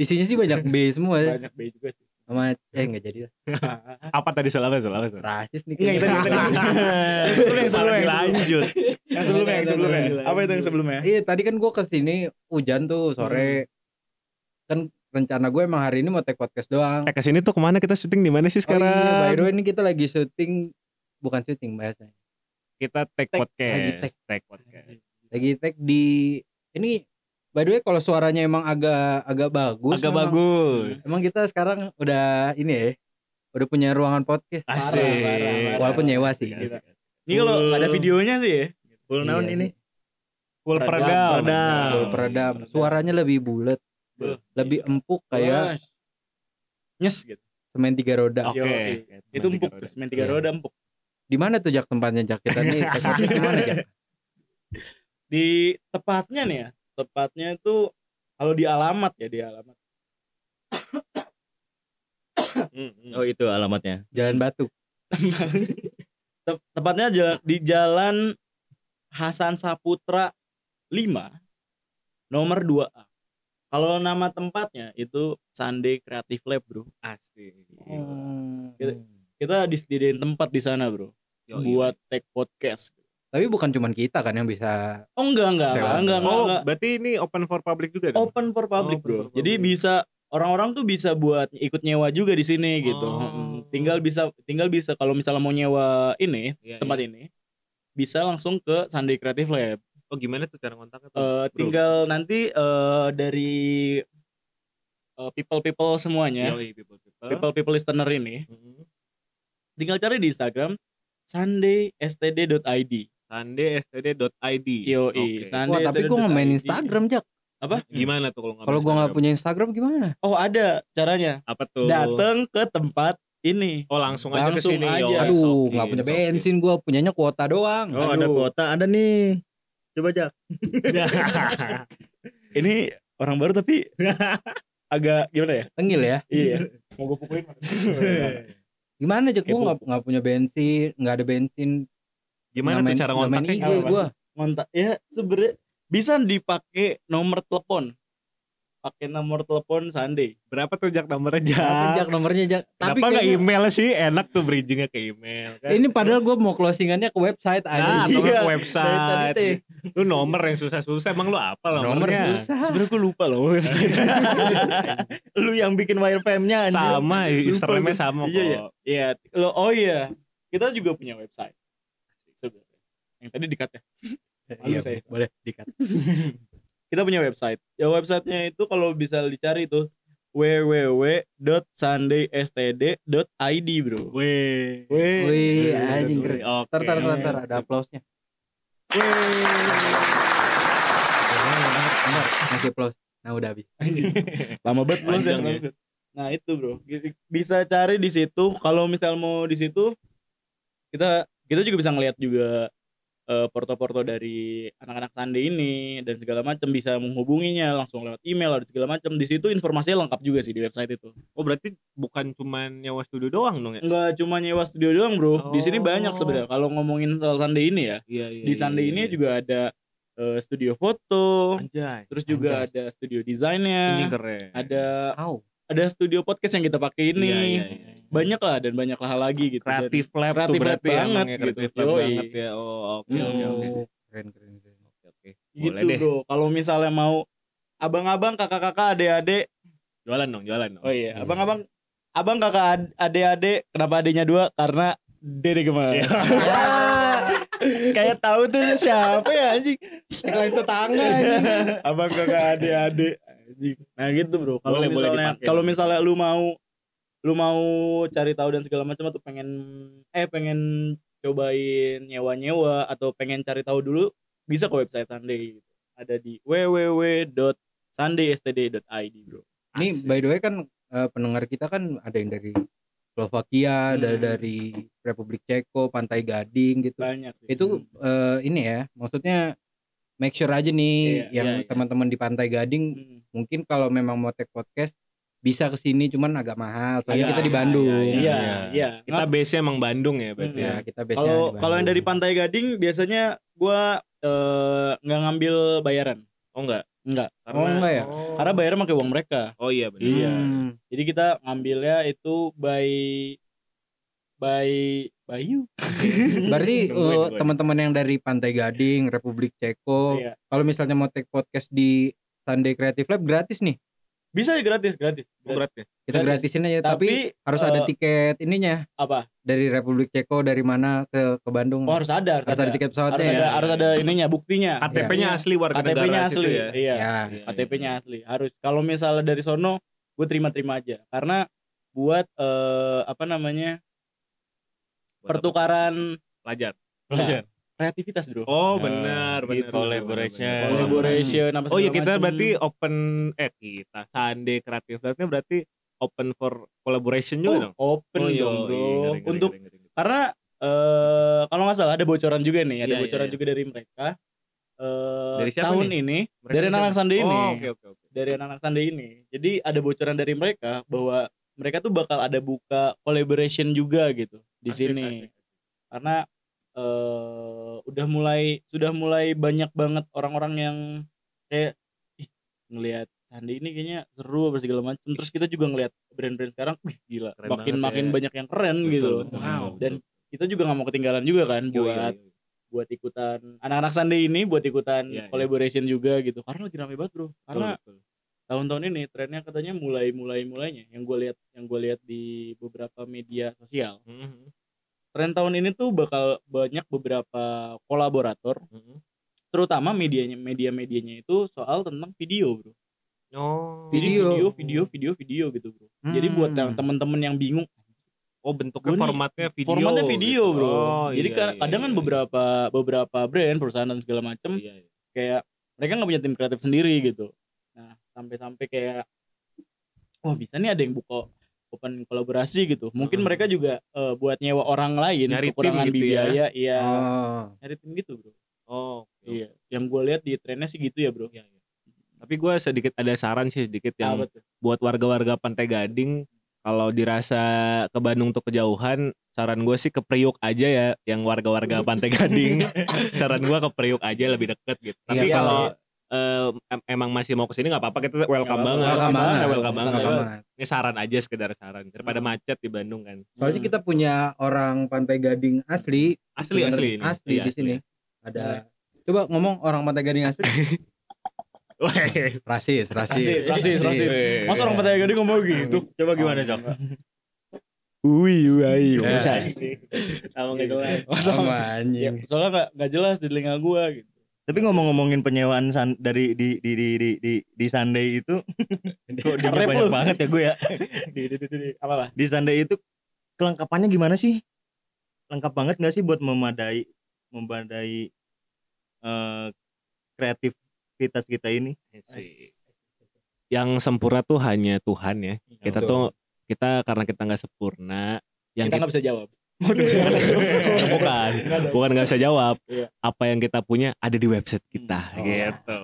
Speaker 4: Isinya sih banyak B semua ya.
Speaker 3: banyak B juga sih.
Speaker 4: sama eh nggak jadi lah.
Speaker 5: Apa tadi salah salah salah.
Speaker 4: Rasis nih.
Speaker 3: Enggak,
Speaker 4: kayaknya.
Speaker 3: Iya, kita- Yang sebelumnya, yang sebelumnya,
Speaker 5: Malah
Speaker 3: yang
Speaker 5: dilanjut.
Speaker 3: Yang sebelumnya, yang sebelumnya. Apa itu yang sebelumnya?
Speaker 4: Iya tadi kan gue kesini hujan tuh sore. Kan rencana gue emang hari ini mau take podcast doang.
Speaker 5: Eh kesini tuh kemana kita syuting di mana sih sekarang?
Speaker 4: Oh iya, by the way ini kita lagi syuting bukan syuting bahasanya.
Speaker 5: kita take,
Speaker 4: Take,
Speaker 5: podcast.
Speaker 4: lagi take.
Speaker 5: podcast.
Speaker 4: Lagi take di ini by the way kalau suaranya emang agak agak bagus.
Speaker 5: Agak
Speaker 4: memang-
Speaker 5: bagus.
Speaker 4: Emang kita sekarang udah ini ya. Udah punya ruangan podcast.
Speaker 3: Parah,
Speaker 5: Asik.
Speaker 3: parah, parah.
Speaker 4: Walaupun nyewa sih.
Speaker 3: Iya. Ini kalau nggak ada videonya sih ya. Full
Speaker 4: Iya
Speaker 3: naon
Speaker 4: sih.
Speaker 3: ini.
Speaker 5: Full
Speaker 3: Peredam,
Speaker 5: peredam.
Speaker 3: peredam.
Speaker 4: Full peredam.
Speaker 5: Iya.
Speaker 4: Suaranya lebih bulat.
Speaker 3: Betul.
Speaker 4: Lebih empuk kayak
Speaker 3: Wah, nyes gitu.
Speaker 4: semen tiga roda.
Speaker 5: Oke.
Speaker 3: Yoi. Itu
Speaker 5: Teman
Speaker 3: empuk
Speaker 5: tiga
Speaker 3: terus
Speaker 5: roda.
Speaker 3: main tiga
Speaker 4: Iya.
Speaker 3: roda empuk.
Speaker 4: Di mana tuh Jak tempatnya Jak kita nih? Take podcast di mana Jak?
Speaker 3: Di tepatnya nih ya. Tepatnya itu kalau di alamat ya di alamat.
Speaker 5: Hmm, hmm.
Speaker 6: Oh itu alamatnya.
Speaker 4: Jalan Batu.
Speaker 3: Tep- tepatnya jala- di jalan Hasan Saputra 5 nomor 2A. Kalau nama tempatnya itu Sunday Creative Lab, Bro.
Speaker 5: Asik.
Speaker 3: Gitu. Kita disediain tempat di sana, Bro.
Speaker 5: Yoi.
Speaker 3: buat take podcast.
Speaker 4: Tapi bukan cuman kita kan yang bisa
Speaker 3: Oh enggak enggak
Speaker 4: Sewa.
Speaker 3: enggak enggak, enggak,
Speaker 5: Oh,
Speaker 3: enggak.
Speaker 5: berarti ini open for public juga dong?
Speaker 3: Open for public,
Speaker 5: Open
Speaker 3: Bro.
Speaker 5: for public.
Speaker 3: Jadi bisa orang-orang tuh bisa buat ikut nyewa juga di sini gitu.
Speaker 5: Oh.
Speaker 3: Mm, Tinggal bisa tinggal bisa kalau misalnya mau nyewa ini
Speaker 5: Iya,
Speaker 3: tempat
Speaker 5: iya.
Speaker 3: ini bisa langsung ke Sunday Creative Lab.
Speaker 5: Oh, gimana tuh cara kontaknya tuh?
Speaker 3: Eh, tinggal nanti eh, dari people people semuanya
Speaker 4: Iya.
Speaker 5: Yoi, people, people.
Speaker 3: people people listener ini
Speaker 5: Hmm.
Speaker 3: tinggal cari di Instagram sundaystd.id
Speaker 5: Sandestd.id.
Speaker 3: yo
Speaker 5: Oke.
Speaker 4: Wah tapi gue nggak main Instagram Jak
Speaker 5: Gimana tuh kalau
Speaker 4: Kalau gue
Speaker 5: nggak main
Speaker 4: nggak
Speaker 5: Instagram?
Speaker 4: punya Instagram gimana?
Speaker 3: oh ada caranya
Speaker 5: apa tuh?
Speaker 3: datang ke tempat ini
Speaker 5: Oh langsung aja
Speaker 3: Langsung
Speaker 5: kesini.
Speaker 3: aja.
Speaker 5: Yo, Iya,
Speaker 3: Yes,
Speaker 4: Aduh
Speaker 5: sokin,
Speaker 4: nggak punya
Speaker 5: sokin.
Speaker 4: bensin gue punyanya kuota doang
Speaker 6: Oh ada
Speaker 3: Aduh.
Speaker 6: kuota ada nih. Coba aja.
Speaker 3: ini orang baru tapi agak gimana ya
Speaker 4: Tengil ya
Speaker 3: iya mau gue pukulin
Speaker 4: Gimana Jak
Speaker 5: Kayak
Speaker 4: gue nggak nggak punya bensin nggak ada bensin
Speaker 5: Gimana
Speaker 4: nggak
Speaker 5: tuh
Speaker 4: main-
Speaker 5: cara
Speaker 4: nggak main
Speaker 5: kontaknya?
Speaker 4: IG
Speaker 3: Gimana?
Speaker 4: gue
Speaker 3: mantap ya sebenernya bisa dipakai nomor telepon pakai nomor telepon Sunday
Speaker 5: Berapa tuh jak nomor
Speaker 4: Apa,
Speaker 5: aja?
Speaker 4: Jak nomornya Jak Tapi
Speaker 5: Kenapa nggak
Speaker 4: kayaknya
Speaker 5: email sih? Enak tuh bridgingnya ke email. Kan?
Speaker 4: Eh, ini padahal gue mau closingannya ke website
Speaker 5: nah,
Speaker 4: aja
Speaker 5: atau
Speaker 3: Iya, dari
Speaker 5: nggak ke
Speaker 3: tadi
Speaker 5: website.
Speaker 3: teh.
Speaker 5: Lu nomor yang susah-susah emang lu apa nomornya?
Speaker 4: susah
Speaker 3: Sebenernya gue lupa loh website.
Speaker 6: Lu yang bikin wireframe-nya anjir.
Speaker 5: Sama,
Speaker 3: gue.
Speaker 5: username sama kok.
Speaker 3: Iya, iya. Iya, lo oh iya. Kita juga punya website. Sebenarnya. Yang tadi dikat ya. Malu
Speaker 4: Iya,
Speaker 3: saya.
Speaker 4: boleh dikat
Speaker 3: Kita punya website. Ya websitenya itu kalau bisa dicari tuh www.sundaystd.id bro.
Speaker 5: Weh.
Speaker 3: Weh.
Speaker 5: iya,
Speaker 4: Wih
Speaker 3: Iya,
Speaker 4: anjing keren
Speaker 5: Oke.
Speaker 4: Ntar ntar ntar ntar,
Speaker 5: iya.
Speaker 4: ada aplausnya
Speaker 5: iya.
Speaker 4: Ntar masih aplaus Nah udah habis
Speaker 3: Lama banget belum
Speaker 5: Panjang ya.
Speaker 3: sih. Nah itu bro, bisa cari di situ. Kalau misal mau di situ, kita kita juga bisa ngelihat juga eh, porto-porto dari anak-anak Sande ini dan segala macam bisa menghubunginya langsung lewat email dan segala macam. Di situ informasinya lengkap juga sih di website itu.
Speaker 5: Oh berarti bukan cuman nyawa studio doang dong ya?
Speaker 3: Enggak cuma nyewa studio doang bro. Di sini
Speaker 5: Oh.
Speaker 3: banyak sebenarnya. Kalau ngomongin soal Sande ini ya,
Speaker 5: Iya,
Speaker 3: di Sande ini juga ada eh, studio foto,
Speaker 5: Anjay.
Speaker 3: terus juga
Speaker 4: Anjas.
Speaker 3: ada studio
Speaker 5: Ini
Speaker 3: desainnya,
Speaker 5: keren.
Speaker 3: ada
Speaker 4: Au
Speaker 3: ada studio podcast yang kita pakai ini.
Speaker 5: Iya, iya, iya.
Speaker 3: banyak lah dan banyak hal lagi gitu
Speaker 5: Kreatif lab tuh
Speaker 3: Kreatif lab
Speaker 5: berarti
Speaker 3: banget
Speaker 5: emangnya Kreatif
Speaker 3: gitu.
Speaker 5: lab
Speaker 3: Yoi. Hmm.
Speaker 5: banget ya. Oh oke oke oke.
Speaker 4: Oh, Keren keren keren
Speaker 5: Oke, oke.
Speaker 3: Dan gitu
Speaker 5: Boleh deh.
Speaker 3: bro kalau misalnya mau abang-abang kakak-kakak adik-adik
Speaker 5: Jualan dong, jualan dong.
Speaker 3: oh iya abang-abang abang kakak ad- adik-adik kenapa adiknya dua karena Dede Gemas
Speaker 5: Iya.
Speaker 3: kayak tahu tuh siapa ya anjing
Speaker 4: Tagline tetangga anjing.
Speaker 3: abang kakak adik-adik anjing nah gitu bro kalau
Speaker 5: Boleh, boleh
Speaker 3: misalnya
Speaker 5: dipakai.
Speaker 3: kalau misalnya lu mau lu mau cari tahu dan segala macam atau pengen eh pengen cobain nyewa-nyewa atau pengen cari tahu dulu bisa ke website Sunday gitu. ada di www.sundaystd.id bro
Speaker 4: Ini by the way kan eh, pendengar kita kan ada yang dari Slovakia, ada
Speaker 3: Hmm.
Speaker 4: dari Republik Ceko, Pantai Gading gitu.
Speaker 3: banyak sih.
Speaker 4: Itu eh, ini ya, maksudnya make sure aja nih yang
Speaker 3: Iya,
Speaker 5: Hmm. iya, iya.
Speaker 4: teman-teman di Pantai Gading
Speaker 3: Hmm.
Speaker 4: mungkin kalau memang mau take podcast bisa ke sini cuman agak mahal. Soalnya
Speaker 5: Iya,
Speaker 4: kita di
Speaker 5: iya,
Speaker 4: Bandung.
Speaker 5: iya,
Speaker 3: Iya, iya.
Speaker 5: Kita base emang Bandung ya
Speaker 4: Nah,
Speaker 5: berarti.
Speaker 4: ya,
Speaker 5: ya.
Speaker 4: kita base
Speaker 3: Kalau kalau yang dari Pantai Gading biasanya gua eh, nggak ngambil bayaran.
Speaker 5: Oh enggak?
Speaker 3: Hmm. Enggak.
Speaker 5: Karena
Speaker 4: Oh, enggak ya?
Speaker 3: Karena bayaran pakai uang mereka.
Speaker 5: Oh iya
Speaker 4: Hmm.
Speaker 5: benar.
Speaker 3: Iya. Jadi kita ngambilnya itu by by Bayu.
Speaker 4: Berarti
Speaker 5: Nungguin,
Speaker 4: eh,
Speaker 5: nungguin.
Speaker 4: teman-teman yang dari Pantai Gading, Republik Ceko,
Speaker 3: Iya.
Speaker 4: kalau misalnya mau take podcast di Sunday Creative Lab gratis nih.
Speaker 3: Bisa ya gratis, gratis. gratis.
Speaker 5: Berat ya?
Speaker 4: Kita
Speaker 3: Gratis.
Speaker 4: gratisin aja tapi, Hmm. harus ada
Speaker 3: eh,
Speaker 4: tiket ininya
Speaker 3: apa?
Speaker 4: dari Republik Ceko dari mana ke ke Bandung.
Speaker 3: Oh, harus ada,
Speaker 4: harus ada tiket
Speaker 3: harus
Speaker 4: pesawatnya
Speaker 3: ada,
Speaker 4: ya.
Speaker 3: harus ada ininya buktinya.
Speaker 5: KTP-nya
Speaker 3: Iya.
Speaker 5: asli warga negara
Speaker 3: KTP-nya
Speaker 5: situ
Speaker 3: asli.
Speaker 5: ya.
Speaker 4: Ya.
Speaker 3: Iya.
Speaker 5: Iya,
Speaker 3: KTP-nya asli. Harus kalau misalnya dari sono gue terima-terima aja karena buat eh, apa namanya?
Speaker 5: iya.
Speaker 3: pertukaran
Speaker 5: pelajar.
Speaker 3: Nah, kreativitas, Bro. Nah,
Speaker 5: Oh
Speaker 6: Ya,
Speaker 5: benar,
Speaker 6: gitu,
Speaker 5: benar.
Speaker 6: collaboration.
Speaker 5: benar, benar.
Speaker 3: Collaboration apa
Speaker 5: Oh iya
Speaker 3: segala
Speaker 5: kita
Speaker 3: macem.
Speaker 5: berarti open eh kita Sunday Creative Lab-nya berarti open for collaboration
Speaker 3: Oh,
Speaker 5: juga dong.
Speaker 3: open dong,
Speaker 5: iya, iya,
Speaker 3: Bro.
Speaker 5: ngeri, ngeri,
Speaker 3: Untuk
Speaker 5: ngeri, ngeri.
Speaker 3: karena eh kalau nggak salah ada bocoran juga nih, ada
Speaker 5: Iya, iya,
Speaker 3: bocoran
Speaker 5: iya.
Speaker 3: juga dari mereka. Eh
Speaker 5: Dari siapa
Speaker 3: tahun
Speaker 5: nih?
Speaker 3: ini
Speaker 5: Mereka
Speaker 3: dari
Speaker 5: siapa?
Speaker 3: anak-anak Sunday ini.
Speaker 5: Oh, oke oke oke.
Speaker 3: dari anak-anak Sunday ini. Jadi ada bocoran dari mereka bahwa mereka tuh bakal ada buka collaboration juga gitu di
Speaker 5: Asik,
Speaker 3: sini.
Speaker 5: asik.
Speaker 3: Karena eh udah mulai sudah mulai banyak banget orang-orang yang kayak ih ngelihat Sunday ini kayaknya seru apa segala macam. Terus kita juga ngelihat brand-brand sekarang wih gila
Speaker 5: Keren
Speaker 3: makin
Speaker 5: banget
Speaker 3: makin
Speaker 5: ya.
Speaker 3: banyak yang keren
Speaker 5: Betul,
Speaker 3: gitu.
Speaker 5: betul,
Speaker 3: Wow.
Speaker 5: betul.
Speaker 3: Dan kita juga nggak mau ketinggalan juga kan
Speaker 5: Yo, yo,
Speaker 3: buat
Speaker 5: yo.
Speaker 3: buat ikutan anak-anak Sunday ini buat ikutan
Speaker 5: Iya, iya.
Speaker 3: collaboration juga gitu. Karena lagi rame banget, Bro. Karena
Speaker 5: Betul, betul.
Speaker 3: tahun-tahun ini trennya katanya mulai mulai mulainya yang gue lihat yang gue lihat di beberapa media sosial
Speaker 5: Mhm,
Speaker 3: tren tahun ini tuh bakal banyak beberapa kolaborator
Speaker 5: mhm.
Speaker 3: terutama medianya media medianya itu soal tentang video bro
Speaker 5: Oh.
Speaker 3: video video video video video gitu bro
Speaker 4: Hmm.
Speaker 3: jadi buat yang teman-teman yang bingung
Speaker 5: Oh bentuknya
Speaker 3: Gua nih,
Speaker 5: formatnya video.
Speaker 3: formatnya video
Speaker 5: gitu.
Speaker 3: bro
Speaker 5: Oh,
Speaker 3: jadi
Speaker 5: iya,
Speaker 3: ka-
Speaker 5: iya,
Speaker 3: kadang kan
Speaker 5: iya,
Speaker 3: beberapa beberapa brand perusahaan dan segala macam
Speaker 5: iya, Hmm. iya.
Speaker 3: kayak mereka nggak punya tim kreatif sendiri gitu nah sampai-sampai kayak wah bisa nih ada yang buka open kolaborasi gitu mungkin
Speaker 5: Heeh.
Speaker 3: mereka juga eh, buat nyewa orang lain
Speaker 5: Hmm. Nyari tim
Speaker 3: kekurangan
Speaker 5: gitu ya.
Speaker 3: biaya iya
Speaker 4: Oh.
Speaker 3: nyari tim gitu bro
Speaker 5: Oh. oke, oke.
Speaker 3: iya yang gue lihat di trennya sih gitu ya bro
Speaker 5: Iya, iya. Tapi gue sedikit ada saran sih sedikit yang
Speaker 3: Apa tuh?
Speaker 5: buat warga-warga Pantai Gading kalau dirasa ke Bandung tuh kejauhan saran gue sih ke Priuk aja ya yang warga-warga Pantai Gading saran gue ke Priuk aja lebih deket gitu
Speaker 4: Iya,
Speaker 5: tapi kalau eh, em- emang masih mau kesini nggak apa-apa kita welcome
Speaker 3: Nggak
Speaker 5: banget
Speaker 3: apa-apa,
Speaker 4: welcome banget.
Speaker 5: welcome banget.
Speaker 4: Welcome banget.
Speaker 5: ini saran aja sekedar saran daripada macet di Bandung kan
Speaker 4: Soalnya
Speaker 3: Hmm.
Speaker 4: kita punya orang Pantai Gading asli.
Speaker 5: asli
Speaker 4: Bener,
Speaker 5: asli ini.
Speaker 4: Asli
Speaker 5: Iya,
Speaker 4: di sini. Ada Coba ngomong orang Pantai Gading asli.
Speaker 5: Weh.
Speaker 4: rasis, rasis.
Speaker 3: Rasis, rasis, rasis. Mas orang
Speaker 5: Iya.
Speaker 3: Pantai Gading ngomong gitu.
Speaker 6: Coba gimana, Cok? Eh.
Speaker 3: Ui, ui,
Speaker 4: Ya.
Speaker 3: Tahu gitu kan. Mas orang-
Speaker 4: Sama
Speaker 3: Ya,
Speaker 4: anjing.
Speaker 3: soalnya nggak nggak jelas di telinga gue gitu.
Speaker 6: Tapi ngomong-ngomongin penyewaan san- dari di di di di di, di Sunday itu kok di
Speaker 3: Rap lu.
Speaker 6: banyak banget ya gue ya.
Speaker 3: Di, di, di, di, di- apa lah?
Speaker 6: Di Sunday itu kelengkapannya gimana sih? Lengkap banget nggak sih buat memadai memadai eh kreativitas kita ini?
Speaker 5: Iya yang sempurna tuh hanya Tuhan ya kita tuh kita karena kita nggak sempurna yang
Speaker 3: Kita
Speaker 5: kita,
Speaker 3: nggak bisa jawab.
Speaker 5: bukan
Speaker 3: Nggak
Speaker 5: bukan nggak bisa jawab
Speaker 3: Iya.
Speaker 5: apa yang kita punya ada di website kita
Speaker 4: Oh.
Speaker 5: gitu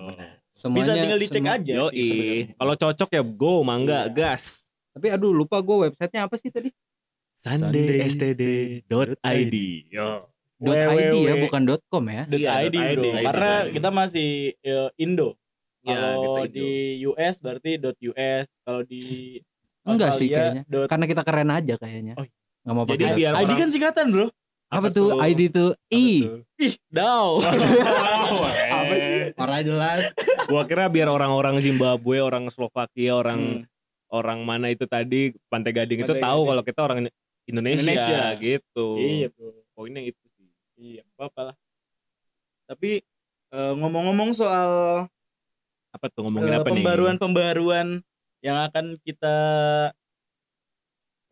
Speaker 4: Semuanya,
Speaker 3: bisa tinggal dicek
Speaker 4: semua-
Speaker 3: aja iya sih sebenarnya.
Speaker 5: Yoi. kalau cocok ya go mangga
Speaker 3: Iya.
Speaker 5: gas
Speaker 4: Tapi aduh lupa gue websitenya apa sih tadi?
Speaker 6: Oh,
Speaker 5: sundaystd.id yo
Speaker 4: .id ya,
Speaker 3: www.
Speaker 4: bukan .com ya.
Speaker 3: Dot
Speaker 5: Iya,
Speaker 3: .id,
Speaker 5: dot
Speaker 3: bro.
Speaker 5: ID.
Speaker 3: Karena
Speaker 5: Dot ID.
Speaker 3: kita masih eh, Indo. Kalau
Speaker 5: Ya, kita Indo.
Speaker 3: di US berarti dot .us, kalau di
Speaker 4: Enggak sih
Speaker 3: Australia
Speaker 4: kayaknya.
Speaker 3: dot-
Speaker 4: Karena kita keren aja kayaknya.
Speaker 3: Oh.
Speaker 4: Nggak mau
Speaker 5: Jadi
Speaker 4: pakai
Speaker 5: biar
Speaker 3: ID
Speaker 5: Kan orang- Eh,
Speaker 3: kan singkatan, bro.
Speaker 4: apa tuh ID tuh I.
Speaker 3: Ih, daw.
Speaker 5: apa sih
Speaker 4: Orang jelas.
Speaker 5: gua kira biar orang-orang Zimbabwe orang Slovakia orang orang mana itu tadi Pantai Gading itu
Speaker 3: Hmm. Pantai
Speaker 5: tahu
Speaker 3: Gading.
Speaker 5: kalau kita orang Indonesia,
Speaker 3: Indonesia.
Speaker 5: gitu
Speaker 3: Iya, bro.
Speaker 5: poinnya itu sih
Speaker 3: Iya, apa lah. Tapi eh, ngomong-ngomong soal
Speaker 5: apa tuh ngomongin
Speaker 3: eh,
Speaker 5: apa nih
Speaker 3: pembaruan-pembaruan yang akan kita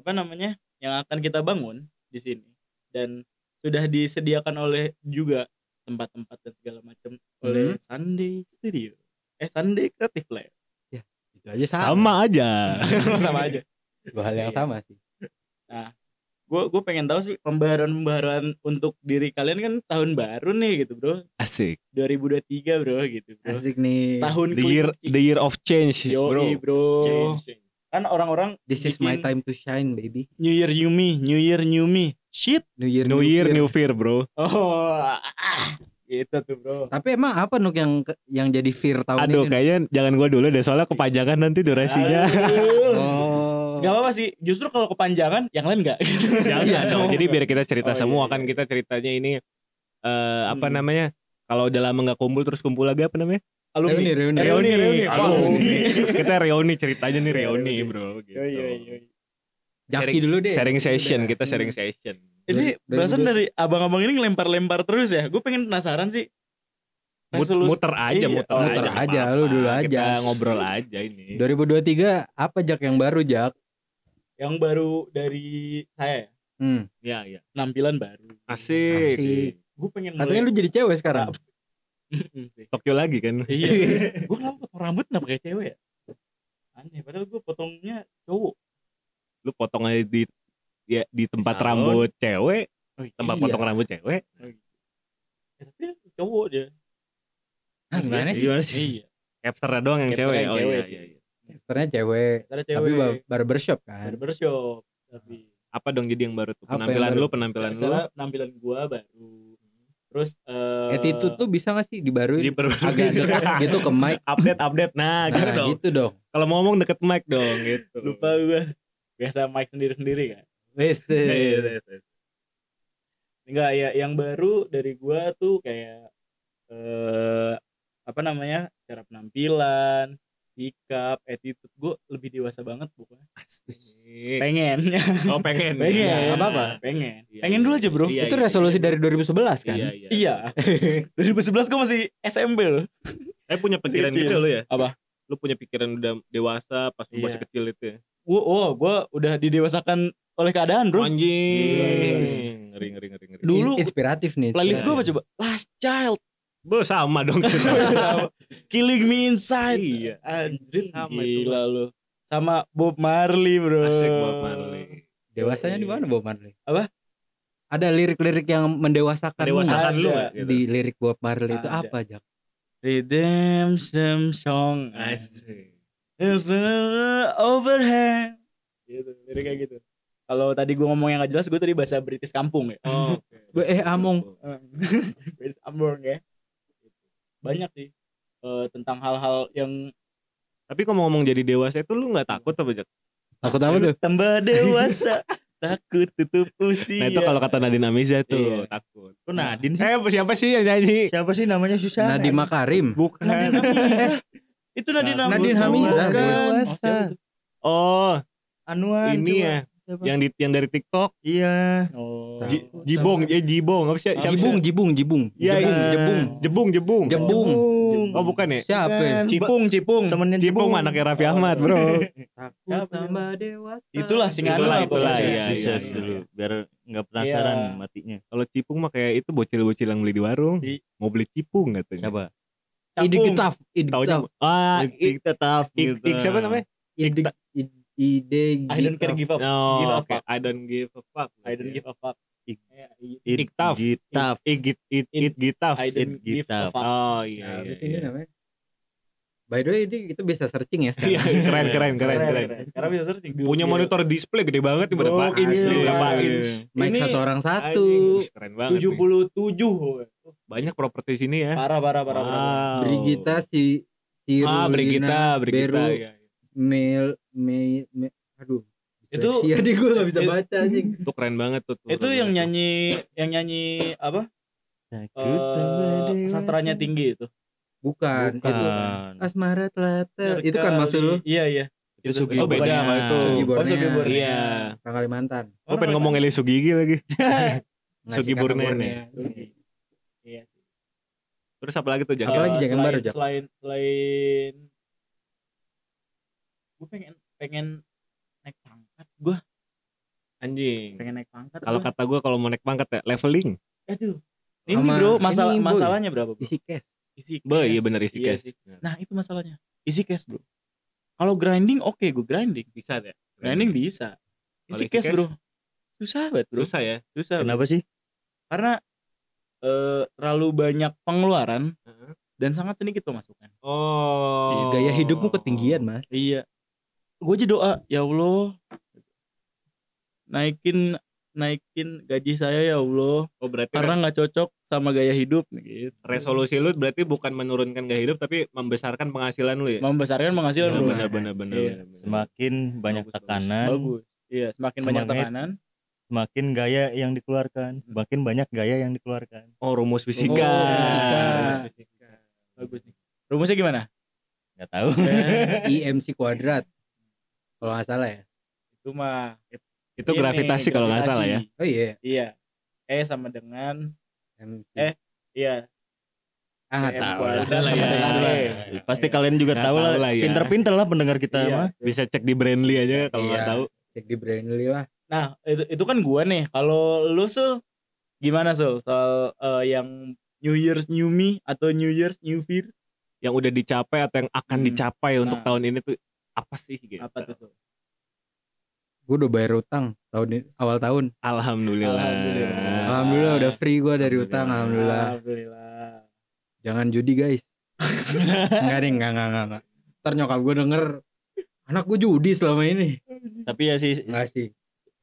Speaker 3: apa namanya? Yang akan kita bangun di sini dan sudah disediakan oleh juga tempat-tempat dan segala macam oleh
Speaker 5: Hmm.
Speaker 3: Sunday Studio. Eh Sunday Creative Lab.
Speaker 4: Itu aja sama.
Speaker 5: sama aja
Speaker 3: sama aja.
Speaker 4: Dua hal yang
Speaker 3: Iya.
Speaker 4: sama sih.
Speaker 3: Gue gue pengen tahu sih pembaruan-pembaruan untuk diri kalian kan tahun baru nih gitu, Bro.
Speaker 5: asik
Speaker 3: 2023, Bro gitu, Bro.
Speaker 4: Asik nih.
Speaker 3: Tahun
Speaker 5: the year
Speaker 3: kelinci.
Speaker 5: the year of change
Speaker 3: Yoi,
Speaker 5: bro
Speaker 3: bro.
Speaker 6: Change,
Speaker 3: kan orang-orang
Speaker 4: This is my
Speaker 3: bikin
Speaker 4: time to shine baby.
Speaker 3: New Year New Me, New Year New Me. Shit.
Speaker 4: New Year
Speaker 5: New Year New Fear bro
Speaker 3: Oh, ah, gitu tuh bro.
Speaker 4: Tapi emang apa Nuk yang yang jadi fear tahun ini?
Speaker 5: Aduh kayaknya jangan gua dulu deh Soalnya kepanjangan nanti durasinya
Speaker 3: Aduh.
Speaker 4: Oh.
Speaker 3: Gak apa-apa sih. Justru kalau kepanjangan, yang lain gak.
Speaker 5: Jangan dong. Iya, Jadi biar kita
Speaker 3: Oh,
Speaker 5: cerita
Speaker 3: iya,
Speaker 5: semua
Speaker 3: iya.
Speaker 5: kan kita ceritanya ini eh apa
Speaker 3: Hmm.
Speaker 5: namanya? Kalau udah lama nggak kumpul terus kumpul lagi apa namanya?
Speaker 4: Reuni, reuni.
Speaker 5: Reuni.
Speaker 3: reuni.
Speaker 5: Aduh,
Speaker 3: Reuni.
Speaker 5: kita reuni ceritanya nih reuni,
Speaker 3: Reuni. iya,
Speaker 5: bro. Gitu.
Speaker 3: Yoi, yoi, yoi.
Speaker 4: Jaki dulu deh. Hmm.
Speaker 5: Sharing session, kita sharing session.
Speaker 3: Ini
Speaker 4: Dari- dari
Speaker 3: perasaan
Speaker 4: dulu.
Speaker 3: dari abang-abang ini ngelempar-lempar terus ya. Gue pengen penasaran sih.
Speaker 5: Mut-
Speaker 3: Resolusi-
Speaker 5: muter aja,
Speaker 3: Iya,
Speaker 5: muter,
Speaker 3: muter
Speaker 5: aja. nggak
Speaker 4: aja,
Speaker 5: apa-apa.
Speaker 4: lu dulu
Speaker 5: Kita
Speaker 4: aja.
Speaker 5: ngobrol aja iya, ini.
Speaker 4: 2023 apa Jak yang baru Jak?
Speaker 3: yang baru dari saya ya,
Speaker 4: Hmm.
Speaker 5: Iya, iya.
Speaker 3: penampilan baru.
Speaker 5: Asik.
Speaker 4: Asik.
Speaker 3: Gue pengen
Speaker 4: Katanya lu jadi cewek sekarang.
Speaker 5: Tokyo lagi kan.
Speaker 3: Iya. gue kenapa potong rambut kenapa kayak cewek ya? Aneh, padahal gue potongnya cowok.
Speaker 5: Lu potong aja di ya, di tempat
Speaker 3: Salon.
Speaker 5: rambut cewek, tempat
Speaker 4: Iya.
Speaker 5: potong rambut cewek.
Speaker 3: Ya, tapi cowok dia.
Speaker 4: Ah, gimana sih?
Speaker 5: Gimana sih?
Speaker 3: Iya.
Speaker 5: Capsternya doang yang
Speaker 3: Capsternya
Speaker 5: cewek.
Speaker 3: yang
Speaker 5: Oh
Speaker 3: cewek
Speaker 5: iya,
Speaker 3: sih.
Speaker 5: iya, iya.
Speaker 4: Ternyata cewek.
Speaker 3: Ada
Speaker 4: Tapi
Speaker 3: cewek.
Speaker 4: bar- barbershop kan.
Speaker 3: barbershop tapi
Speaker 5: Apa dong jadi yang baru
Speaker 4: Apa
Speaker 5: tuh?
Speaker 4: yang
Speaker 5: Penampilan
Speaker 4: baru?
Speaker 5: lu, penampilan lu.
Speaker 3: secara penampilan gua baru terus eh
Speaker 4: Attitude tuh bisa gak sih dibaruin?
Speaker 5: Diperbarui.
Speaker 4: Agak deket gitu ke mic.
Speaker 5: update update nah kan. gitu
Speaker 4: Nah,
Speaker 5: dong
Speaker 4: gitu dong.
Speaker 5: kalau mau ngomong deket mic dong gitu
Speaker 3: lupa gua biasa mic sendiri sendiri kan
Speaker 4: Wes.
Speaker 5: Iya, iya, iya, iya.
Speaker 3: enggak ya yang baru dari gua tuh kayak eh apa namanya cara penampilan sikap attitude gua lebih dewasa banget pokoknya
Speaker 5: Asik.
Speaker 3: pengen
Speaker 5: oh pengen
Speaker 3: Iya. pengen
Speaker 5: Iya.
Speaker 4: nggak apa-apa.
Speaker 3: pengen
Speaker 5: Iya,
Speaker 3: pengen
Speaker 5: iya,
Speaker 3: dulu aja bro
Speaker 5: iya,
Speaker 4: Itu
Speaker 5: iya,
Speaker 4: resolusi
Speaker 5: iya.
Speaker 4: dari 2011 kan?
Speaker 5: iya, iya.
Speaker 3: iya 2011 gua masih SMP loh
Speaker 5: eh punya pikiran
Speaker 3: Kecil.
Speaker 5: gitu lu ya
Speaker 3: Apa?
Speaker 5: lu punya pikiran udah dewasa pas lu
Speaker 3: Iya.
Speaker 5: masih kecil itu ya
Speaker 3: gua oh gua udah didewasakan oleh keadaan bro
Speaker 5: anjing ngeri ngeri ngeri ngeri
Speaker 3: Dulu-
Speaker 4: In- inspiratif nih.
Speaker 3: playlist
Speaker 5: Iya,
Speaker 3: gua apa
Speaker 5: iya.
Speaker 3: coba last child
Speaker 5: Bo, sama dong kita
Speaker 3: killing me inside
Speaker 5: Iya.
Speaker 3: anjir
Speaker 5: Sama itu,
Speaker 3: gila lu sama Bob Marley bro
Speaker 5: asik Bob Marley
Speaker 4: Dewasanya di mana Bob Marley?
Speaker 3: Apa?
Speaker 4: Ada lirik-lirik yang mendewasakan
Speaker 5: mendewasakan lu
Speaker 3: Ada.
Speaker 5: nggak gitu?
Speaker 4: di lirik Bob Marley itu
Speaker 3: Ada.
Speaker 4: apa Jak?
Speaker 3: Redemption song
Speaker 5: asik
Speaker 3: overhand gitu lirik kayak gitu kalau tadi gua ngomong yang gak jelas gua tadi bahasa British kampung ya
Speaker 5: oh,
Speaker 4: Be- eh, Among.
Speaker 3: Hmm. British Ambon ya banyak sih eh, tentang hal-hal yang
Speaker 5: tapi kalau ngomong jadi dewasa itu lu nggak takut apa Jak?
Speaker 4: Takut apa tuh?
Speaker 3: tambah dewasa takut tutup usia
Speaker 5: nah itu kalau kata Nadine
Speaker 3: Iya.
Speaker 5: Amiza tuh takut
Speaker 6: Kok Nadine sih?
Speaker 5: eh siapa sih yang nyanyi
Speaker 6: Siapa sih namanya susah?
Speaker 4: Nadiem Makarim.
Speaker 5: bukan
Speaker 3: Nadine Hamizah. itu Nadine
Speaker 5: Nah,
Speaker 3: Hamizah.
Speaker 4: Nadine Hamizah.
Speaker 3: Bukan.
Speaker 6: Bukan.
Speaker 3: Oh, siapa tuh?
Speaker 5: oh
Speaker 6: Anuan.
Speaker 5: ini
Speaker 6: coba.
Speaker 5: ya
Speaker 6: Siapa?
Speaker 5: yang di yang dari TikTok
Speaker 6: Iya.
Speaker 3: Oh.
Speaker 5: Ji- Jibong ya Jibong apa sih siapa sih?
Speaker 4: Ah, Jibung, jibung, jibung.
Speaker 5: ya,
Speaker 4: Jibung,
Speaker 5: iya.
Speaker 4: jebung.
Speaker 5: Jebung Jebung
Speaker 4: Jebung.
Speaker 5: oh bukan ya
Speaker 4: Siapa?
Speaker 3: Cipung, Cipung.
Speaker 6: Temennya
Speaker 5: Jibong mah anaknya Raffi Ahmad
Speaker 4: Iya.
Speaker 5: bro
Speaker 4: Takut tambah dewasa.
Speaker 3: Itulah singa
Speaker 5: Itulah,
Speaker 3: Anu apa
Speaker 5: itulah,
Speaker 3: sih?
Speaker 5: iya, iya,
Speaker 6: Search, di search
Speaker 5: iya.
Speaker 6: dulu biar nggak penasaran
Speaker 3: Iya.
Speaker 6: matinya.
Speaker 5: kalau Cipung mah kayak itu bocil-bocil yang beli di warung
Speaker 3: Di-
Speaker 5: mau beli Cipung katanya
Speaker 6: Siapa?
Speaker 4: Idik
Speaker 3: Cakung.
Speaker 4: getaf, idik
Speaker 5: taunya
Speaker 4: getaf.
Speaker 5: ah I-
Speaker 6: Iktik tetap gitu.
Speaker 5: I- I- siapa namanya
Speaker 4: Idik ide
Speaker 5: Ah,
Speaker 4: Iya,
Speaker 3: I don't care give up. Give
Speaker 5: oh
Speaker 3: a
Speaker 5: oke
Speaker 3: fuck.
Speaker 5: I don't give a fuck
Speaker 3: I don't give a fuck.
Speaker 6: Ik-
Speaker 3: Eh, i-
Speaker 5: Iktaf.
Speaker 6: Gitaf.
Speaker 5: Igit it
Speaker 3: In-
Speaker 5: it gitaf
Speaker 3: I don't
Speaker 6: it
Speaker 3: give a
Speaker 6: gitar.
Speaker 3: fuck.
Speaker 4: Nah,
Speaker 5: oh iya
Speaker 4: habis
Speaker 5: iya,
Speaker 4: ini
Speaker 5: iya
Speaker 4: namanya. By the way ini kita bisa searching ya
Speaker 5: Iya,
Speaker 4: sekarang.
Speaker 5: keren keren keren keren
Speaker 3: Sekarang bisa searching. Iya.
Speaker 5: punya
Speaker 3: Gokil.
Speaker 5: monitor display gede banget nih berapa
Speaker 3: Gokil.
Speaker 5: inch nih,
Speaker 3: Iya.
Speaker 5: berapa inch
Speaker 4: Mic
Speaker 3: Ini
Speaker 4: satu orang satu.
Speaker 5: Anjing, wih, keren banget nih.
Speaker 3: 77.
Speaker 5: banyak properti sini ya
Speaker 3: Parah, parah, parah, parah.
Speaker 5: Wow.
Speaker 4: Brigita si si
Speaker 5: ah Brigita Brigita
Speaker 4: Beru,
Speaker 5: iya, iya.
Speaker 4: Mel Mel Mel- aduh.
Speaker 3: Itu-
Speaker 4: Iya, deh gue gak bisa baca anjing.
Speaker 5: itu keren banget tuh, tuh
Speaker 3: Itu
Speaker 5: keren
Speaker 3: yang
Speaker 5: banget.
Speaker 3: nyanyi yang nyanyi apa? Eh, sastranya tinggi itu.
Speaker 4: Bukan, itu
Speaker 6: Bukan.
Speaker 4: Asmara Telatel. Itu kan maksud lu
Speaker 3: Iya, iya.
Speaker 5: itu Sugi
Speaker 3: Oh, bukan
Speaker 5: beda
Speaker 3: ya.
Speaker 5: sama itu
Speaker 4: Sugi Bornea.
Speaker 3: Sugi Bornea.
Speaker 5: iya
Speaker 4: Orang Kalimantan.
Speaker 5: gue pengen ngomong Eli Sugigi lagi
Speaker 4: Nggak
Speaker 5: Sugi
Speaker 4: sih, karena
Speaker 5: Bornea.
Speaker 4: Bornea.
Speaker 3: Iya.
Speaker 5: terus apa lagi tuh Jang?
Speaker 4: Apa lagi,
Speaker 3: Eh,
Speaker 4: Jack, yang
Speaker 3: selain-
Speaker 4: baru, Jack?
Speaker 3: Selain selain gue pengen pengen naik pangkat gue
Speaker 5: anjing
Speaker 3: pengen naik pangkat
Speaker 5: kalau
Speaker 3: gua.
Speaker 5: kata gue kalau mau naik pangkat ya leveling
Speaker 3: Iya aduh ini
Speaker 4: Sama
Speaker 3: bro masalah
Speaker 4: ini, Boy.
Speaker 3: masalahnya berapa bro?
Speaker 4: Isi cash.
Speaker 3: isi
Speaker 5: Be,
Speaker 3: cash.
Speaker 5: iya bener isi
Speaker 3: Iya
Speaker 5: cash
Speaker 3: sih. nah itu masalahnya isi cash bro kalau grinding oke gue grinding
Speaker 5: bisa deh
Speaker 3: grinding bisa
Speaker 5: Kalau
Speaker 3: isi
Speaker 5: isi
Speaker 3: cash
Speaker 5: cash?
Speaker 3: bro susah banget bro
Speaker 5: susah ya
Speaker 3: susah bro.
Speaker 6: Kenapa sih?
Speaker 3: karena eh, terlalu banyak pengeluaran
Speaker 5: Heeh.
Speaker 3: dan sangat sedikit pemasukan
Speaker 5: oh
Speaker 4: Iya, Gaya hidupmu ketinggian, Mas.
Speaker 3: iya gue aja doa ya Allah naikin naikin gaji saya ya Allah
Speaker 5: Oh berarti
Speaker 3: karena nggak cocok sama gaya hidup gitu
Speaker 5: resolusi lu berarti bukan menurunkan gaya hidup tapi membesarkan penghasilan lu ya.
Speaker 3: membesarkan penghasilan bro.
Speaker 5: Benar benar benar benar.
Speaker 3: Iya.
Speaker 5: benar.
Speaker 6: Semakin banyak
Speaker 5: Bagus, bagus.
Speaker 6: tekanan,
Speaker 3: bagus iya semakin banyak
Speaker 6: Semangat.
Speaker 3: tekanan
Speaker 6: semakin gaya yang dikeluarkan, makin banyak gaya yang dikeluarkan.
Speaker 5: Oh rumus fisika.
Speaker 2: Rumus fisika.
Speaker 5: Rumus fisika.
Speaker 3: Oh, bagus nih rumusnya gimana Kan?
Speaker 6: Gak tahu.
Speaker 4: IMC kuadrat kalau nggak salah ya
Speaker 3: itu mah
Speaker 5: Itu gravitasi kalau nggak salah ya.
Speaker 4: oh iya
Speaker 3: iya e sama dengan
Speaker 4: IMC.
Speaker 3: Eh, iya
Speaker 4: ah
Speaker 3: CM
Speaker 4: tahu
Speaker 3: kuadrat.
Speaker 5: Udah lah ya.
Speaker 6: Iya. Pasti kalian juga
Speaker 5: Nggak
Speaker 6: tahu
Speaker 5: tahu
Speaker 6: lah.
Speaker 5: lah ya.
Speaker 6: Pinter-pinter lah pendengar kita
Speaker 3: Iya.
Speaker 6: mah.
Speaker 5: Bisa cek di Brandly aja kalau nggak
Speaker 4: Iya.
Speaker 5: tahu.
Speaker 4: cek di Brainly lah
Speaker 3: Nah, itu, itu kan gua nih. Kalau lu sul gimana sul soal eh, yang New Year's New Me atau New Year's New Fear
Speaker 5: Yang udah dicapai atau yang akan
Speaker 3: Hmm.
Speaker 5: dicapai untuk
Speaker 3: Nah.
Speaker 5: tahun ini tuh apa sih gitu.
Speaker 3: apa tuh sul?
Speaker 4: gue udah bayar utang tahun ini- awal tahun
Speaker 5: Alhamdulillah.
Speaker 3: Alhamdulillah. Ah.
Speaker 4: alhamdulillah udah free gue dari
Speaker 5: Alhamdulillah.
Speaker 4: utang alhamdulillah
Speaker 3: Alhamdulillah.
Speaker 4: jangan judi guys nggak deh nggak nggak nggak nggak. ntar nyokap gue denger anak gue judi selama ini
Speaker 6: Tapi ya sih
Speaker 4: nggak sih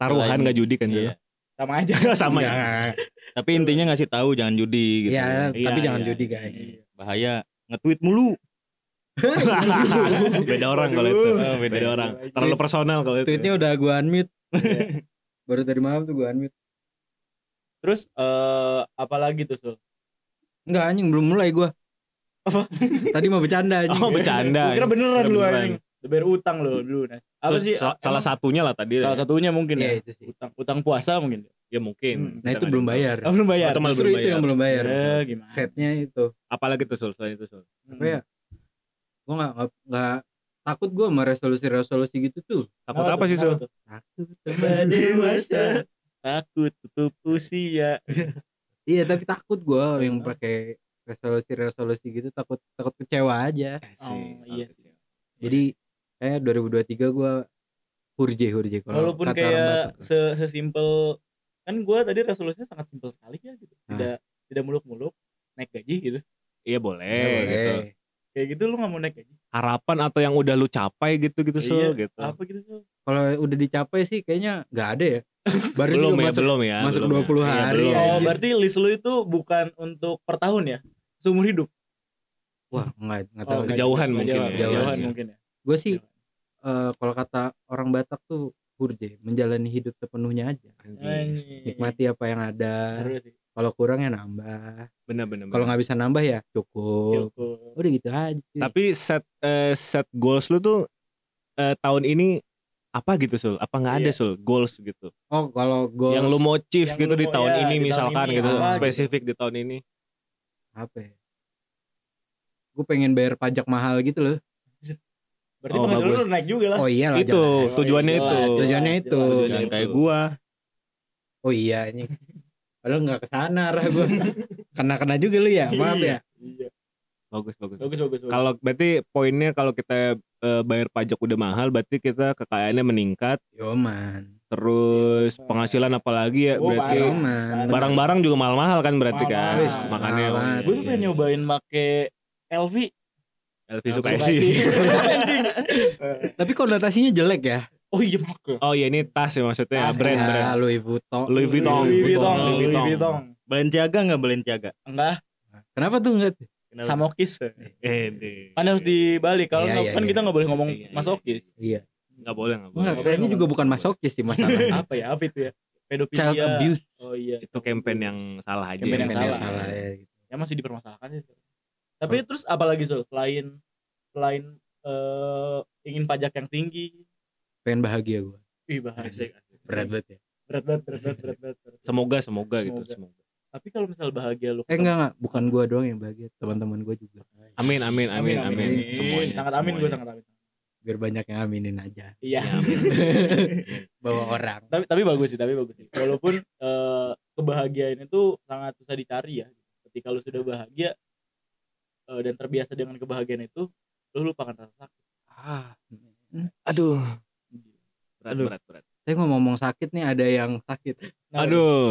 Speaker 5: Taruhan
Speaker 6: Selain-
Speaker 5: nggak judi kan
Speaker 6: Iya.
Speaker 5: Jono?
Speaker 3: Sama aja.
Speaker 5: Sama
Speaker 4: Nggak,
Speaker 5: ya.
Speaker 4: nggak, nggak.
Speaker 6: Tapi intinya ngasih tahu jangan judi gitu.
Speaker 4: ya tapi
Speaker 5: Iya,
Speaker 4: jangan
Speaker 5: iya,
Speaker 4: judi guys
Speaker 6: Bahaya. Nge-tweet mulu.
Speaker 5: beda orang kalau itu
Speaker 6: Oh, beda
Speaker 5: beda orang terlalu personal kalau itu
Speaker 4: tweetnya udah gue unmute
Speaker 5: Iya.
Speaker 4: baru tadi malam tuh gue unmute
Speaker 3: Terus eh apalagi tuh sul?
Speaker 4: Enggak anjing belum mulai gue
Speaker 3: Apa?
Speaker 4: tadi mau bercanda anjing
Speaker 5: oh bercanda
Speaker 3: Gua kira beneran
Speaker 5: Kira
Speaker 3: lu
Speaker 5: beneran.
Speaker 3: anjing. Lu Bayar utang lo dulu nah. Apa
Speaker 5: Terus
Speaker 3: sih?
Speaker 5: sa- salah
Speaker 3: emang-
Speaker 5: satunya lah tadi
Speaker 3: salah satunya mungkin
Speaker 4: Iya,
Speaker 3: ya.
Speaker 4: itu sih.
Speaker 3: Utang utang puasa mungkin.
Speaker 5: ya mungkin
Speaker 4: nah itu belum bayar
Speaker 3: Oh, belum bayar.
Speaker 5: Atau malah
Speaker 4: justru
Speaker 5: belum
Speaker 4: itu yang
Speaker 5: bayar. Ya,
Speaker 4: belum bayar
Speaker 3: Eh, gimana?
Speaker 4: setnya itu
Speaker 5: apalagi tuh Sul, selain itu Sul.
Speaker 4: apa ya gue nggak nggak- nggak takut gue sama resolusi resolusi gitu tuh
Speaker 5: takut apa sih Sul?
Speaker 3: Kenapa Hmm. tuh?
Speaker 4: takut
Speaker 3: Tambah dewasa. Takut tutup usia.
Speaker 4: iya tapi takut gue yang pakai resolusi resolusi gitu takut takut kecewa aja
Speaker 5: Asik.
Speaker 3: iya sih.
Speaker 4: jadi eh 2023 gue hurje hurje kalau
Speaker 3: Walaupun
Speaker 4: kata orang
Speaker 3: kayak
Speaker 4: Batak.
Speaker 3: se sesimpel kan gua tadi resolusinya sangat simpel sekali ya gitu.
Speaker 4: Hah.
Speaker 3: Tidak tidak muluk-muluk naik gaji gitu.
Speaker 5: iya boleh,
Speaker 4: Ya, boleh.
Speaker 5: gitu
Speaker 3: Kayak gitu lu nggak mau naik gaji.
Speaker 5: harapan atau yang udah lu capai gitu gitu Sul
Speaker 3: Iya,
Speaker 5: gitu
Speaker 3: Apa gitu tuh?
Speaker 4: kalau udah dicapai sih kayaknya nggak ada ya baru
Speaker 5: belum
Speaker 4: juga
Speaker 5: ya
Speaker 4: masuk
Speaker 5: belum ya
Speaker 4: masuk
Speaker 5: belum ya.
Speaker 4: 20
Speaker 5: Iya,
Speaker 4: hari.
Speaker 5: belum.
Speaker 3: Oh,
Speaker 4: iya.
Speaker 3: berarti list lu itu bukan untuk per tahun ya? Seumur hidup.
Speaker 4: wah nggak nggak
Speaker 3: Oh,
Speaker 4: tahu
Speaker 3: nggak
Speaker 5: kejauhan
Speaker 3: juga,
Speaker 5: mungkin
Speaker 3: kejauhan,
Speaker 5: ya.
Speaker 3: kejauhan
Speaker 5: Iya.
Speaker 3: mungkin ya.
Speaker 4: gue sih eh, kalau kata orang Batak tuh hurje menjalani hidup sepenuhnya aja
Speaker 5: Anjing.
Speaker 3: Iya.
Speaker 4: nikmati apa yang ada
Speaker 3: Seru sih.
Speaker 4: kalau kurang ya nambah
Speaker 5: bener bener
Speaker 4: kalau nggak bisa nambah ya cukup
Speaker 3: Cukup.
Speaker 4: udah gitu aja
Speaker 5: tapi set eh, set goals lu tuh eh, tahun ini apa gitu Sul apa nggak ada
Speaker 3: Iya.
Speaker 5: Sul goals gitu
Speaker 4: oh kalau goals
Speaker 5: yang lu mau achieve
Speaker 3: Yang
Speaker 5: gitu
Speaker 3: lu
Speaker 5: di
Speaker 3: mau-
Speaker 5: tahun
Speaker 3: iya,
Speaker 5: ini
Speaker 3: di tahun
Speaker 5: misalkan
Speaker 3: ini
Speaker 5: gitu
Speaker 3: apa gitu.
Speaker 5: spesifik di tahun ini
Speaker 4: apa ya? gue pengen bayar pajak mahal gitu loh
Speaker 3: Berarti
Speaker 5: Oh,
Speaker 3: penghasilan
Speaker 5: bagus.
Speaker 3: lu naik juga lah.
Speaker 4: oh iya lah
Speaker 5: Itu,
Speaker 4: jelas.
Speaker 5: tujuannya
Speaker 3: Jelas,
Speaker 5: itu.
Speaker 3: jelas,
Speaker 4: Tujuannya itu.
Speaker 3: jelas.
Speaker 4: Tujuannya
Speaker 5: jangan
Speaker 4: itu.
Speaker 5: kayak gua
Speaker 4: oh iya ini padahal nggak kesana arah gue kena kena juga lu ya maaf ya
Speaker 3: Iya.
Speaker 5: bagus bagus
Speaker 3: Bagus bagus. bagus.
Speaker 5: kalau berarti poinnya kalau kita eh, bayar pajak udah mahal berarti kita kekayaannya meningkat
Speaker 4: yoman
Speaker 5: terus penghasilan apalagi ya
Speaker 3: Oh,
Speaker 5: berarti
Speaker 3: parah.
Speaker 4: yoman
Speaker 5: barang-barang juga mahal-mahal kan berarti kan
Speaker 3: Mahal-mahal.
Speaker 5: makanya
Speaker 4: Mahal banget.
Speaker 3: Gue tuh
Speaker 5: iya.
Speaker 3: pengen nyobain make LV
Speaker 5: LV
Speaker 3: Langsung
Speaker 5: Sukaisi
Speaker 3: kasih. Anjing.
Speaker 4: tapi konotasinya jelek ya
Speaker 3: Oh iya make
Speaker 5: oh iya ini tas ya
Speaker 3: Tas,
Speaker 5: maksudnya brand
Speaker 4: Ya,
Speaker 5: brand
Speaker 4: Louis Vuitton
Speaker 5: Louis Vuitton
Speaker 3: Louis Vuitton
Speaker 5: Louis
Speaker 3: Louis
Speaker 5: Vuitton.
Speaker 3: Vuitton
Speaker 6: Balenciaga nggak Balenciaga?
Speaker 3: Enggak
Speaker 4: kenapa tuh nggak
Speaker 6: Kenapa?
Speaker 3: Samokis
Speaker 5: Eh, deh.
Speaker 3: Kan harus dibalik Kalau
Speaker 4: Iya,
Speaker 3: nggak-
Speaker 4: iya,
Speaker 3: kan
Speaker 4: iya.
Speaker 3: kita nggak boleh ngomong
Speaker 5: Iya, iya,
Speaker 3: masokis
Speaker 4: iya
Speaker 5: nggak boleh nggak boleh
Speaker 4: Nggak, kayaknya juga bukan masokis sih masalahnya
Speaker 3: Apa ya apa itu ya Pedofilia
Speaker 4: child abuse
Speaker 3: Oh iya
Speaker 5: itu campaign yang salah aja
Speaker 3: Campaign
Speaker 5: ya.
Speaker 3: yang
Speaker 4: Bukan
Speaker 3: salah.
Speaker 4: ya.
Speaker 3: Ya masih dipermasalahkan sih sekarang. Tapi terus apalagi Sul Selain Selain eh, Ingin pajak yang tinggi
Speaker 4: pengen bahagia gue
Speaker 3: Ih bahaya
Speaker 4: berat banget ya
Speaker 3: Berat banget berat banget berat banget, berat.
Speaker 5: semoga semoga gitu
Speaker 3: Semoga.
Speaker 5: semoga
Speaker 3: Tapi kalau misal bahagia lu
Speaker 4: eh enggak enggak bukan gue doang yang bahagia teman-teman gue juga
Speaker 5: amin amin amin amin, Semuanya,
Speaker 3: Sangat amin gue
Speaker 5: semuanya.
Speaker 3: sangat amin
Speaker 4: biar banyak yang aminin aja
Speaker 3: Iya
Speaker 5: Ya, amin.
Speaker 4: bawa orang
Speaker 3: tapi tapi bagus sih tapi bagus sih walaupun eh, kebahagiaan itu sangat susah dicari ya ketika lu sudah bahagia eh, dan terbiasa dengan kebahagiaan itu lu lupakan rasa sakit
Speaker 4: ah
Speaker 5: aduh berat berat berat
Speaker 4: saya mau ngomong sakit nih ada yang sakit Nah,
Speaker 3: Nah,
Speaker 5: aduh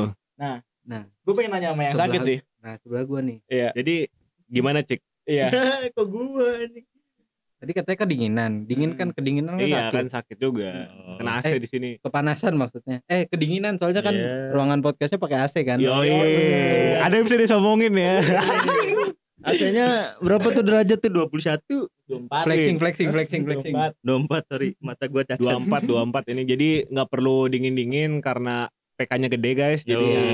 Speaker 3: gue pengen nanya sama yang
Speaker 4: Sebelah-
Speaker 3: sakit sih
Speaker 4: nah sebelah gue nih
Speaker 5: jadi gimana cik
Speaker 3: iya
Speaker 6: Kok gue
Speaker 4: Tadi katanya kedinginan. Dingin kan kedinginan kan sakit.
Speaker 5: Iya kan sakit juga. Kena AC di sini.
Speaker 4: Kepanasan maksudnya. Eh kedinginan soalnya kan
Speaker 6: Iya.
Speaker 4: ruangan podcastnya pakai AC kan.
Speaker 5: Yoi. Ada yang bisa disombongin ya.
Speaker 6: AC-nya berapa tuh derajat tuh 21
Speaker 3: 24
Speaker 4: Flexing, flexing, flexing, flexing.
Speaker 6: 24 sorry mata gua cacat
Speaker 5: 24 24 ini. Jadi nggak perlu dingin-dingin karena PK-nya gede guys. Jadi
Speaker 6: Yo.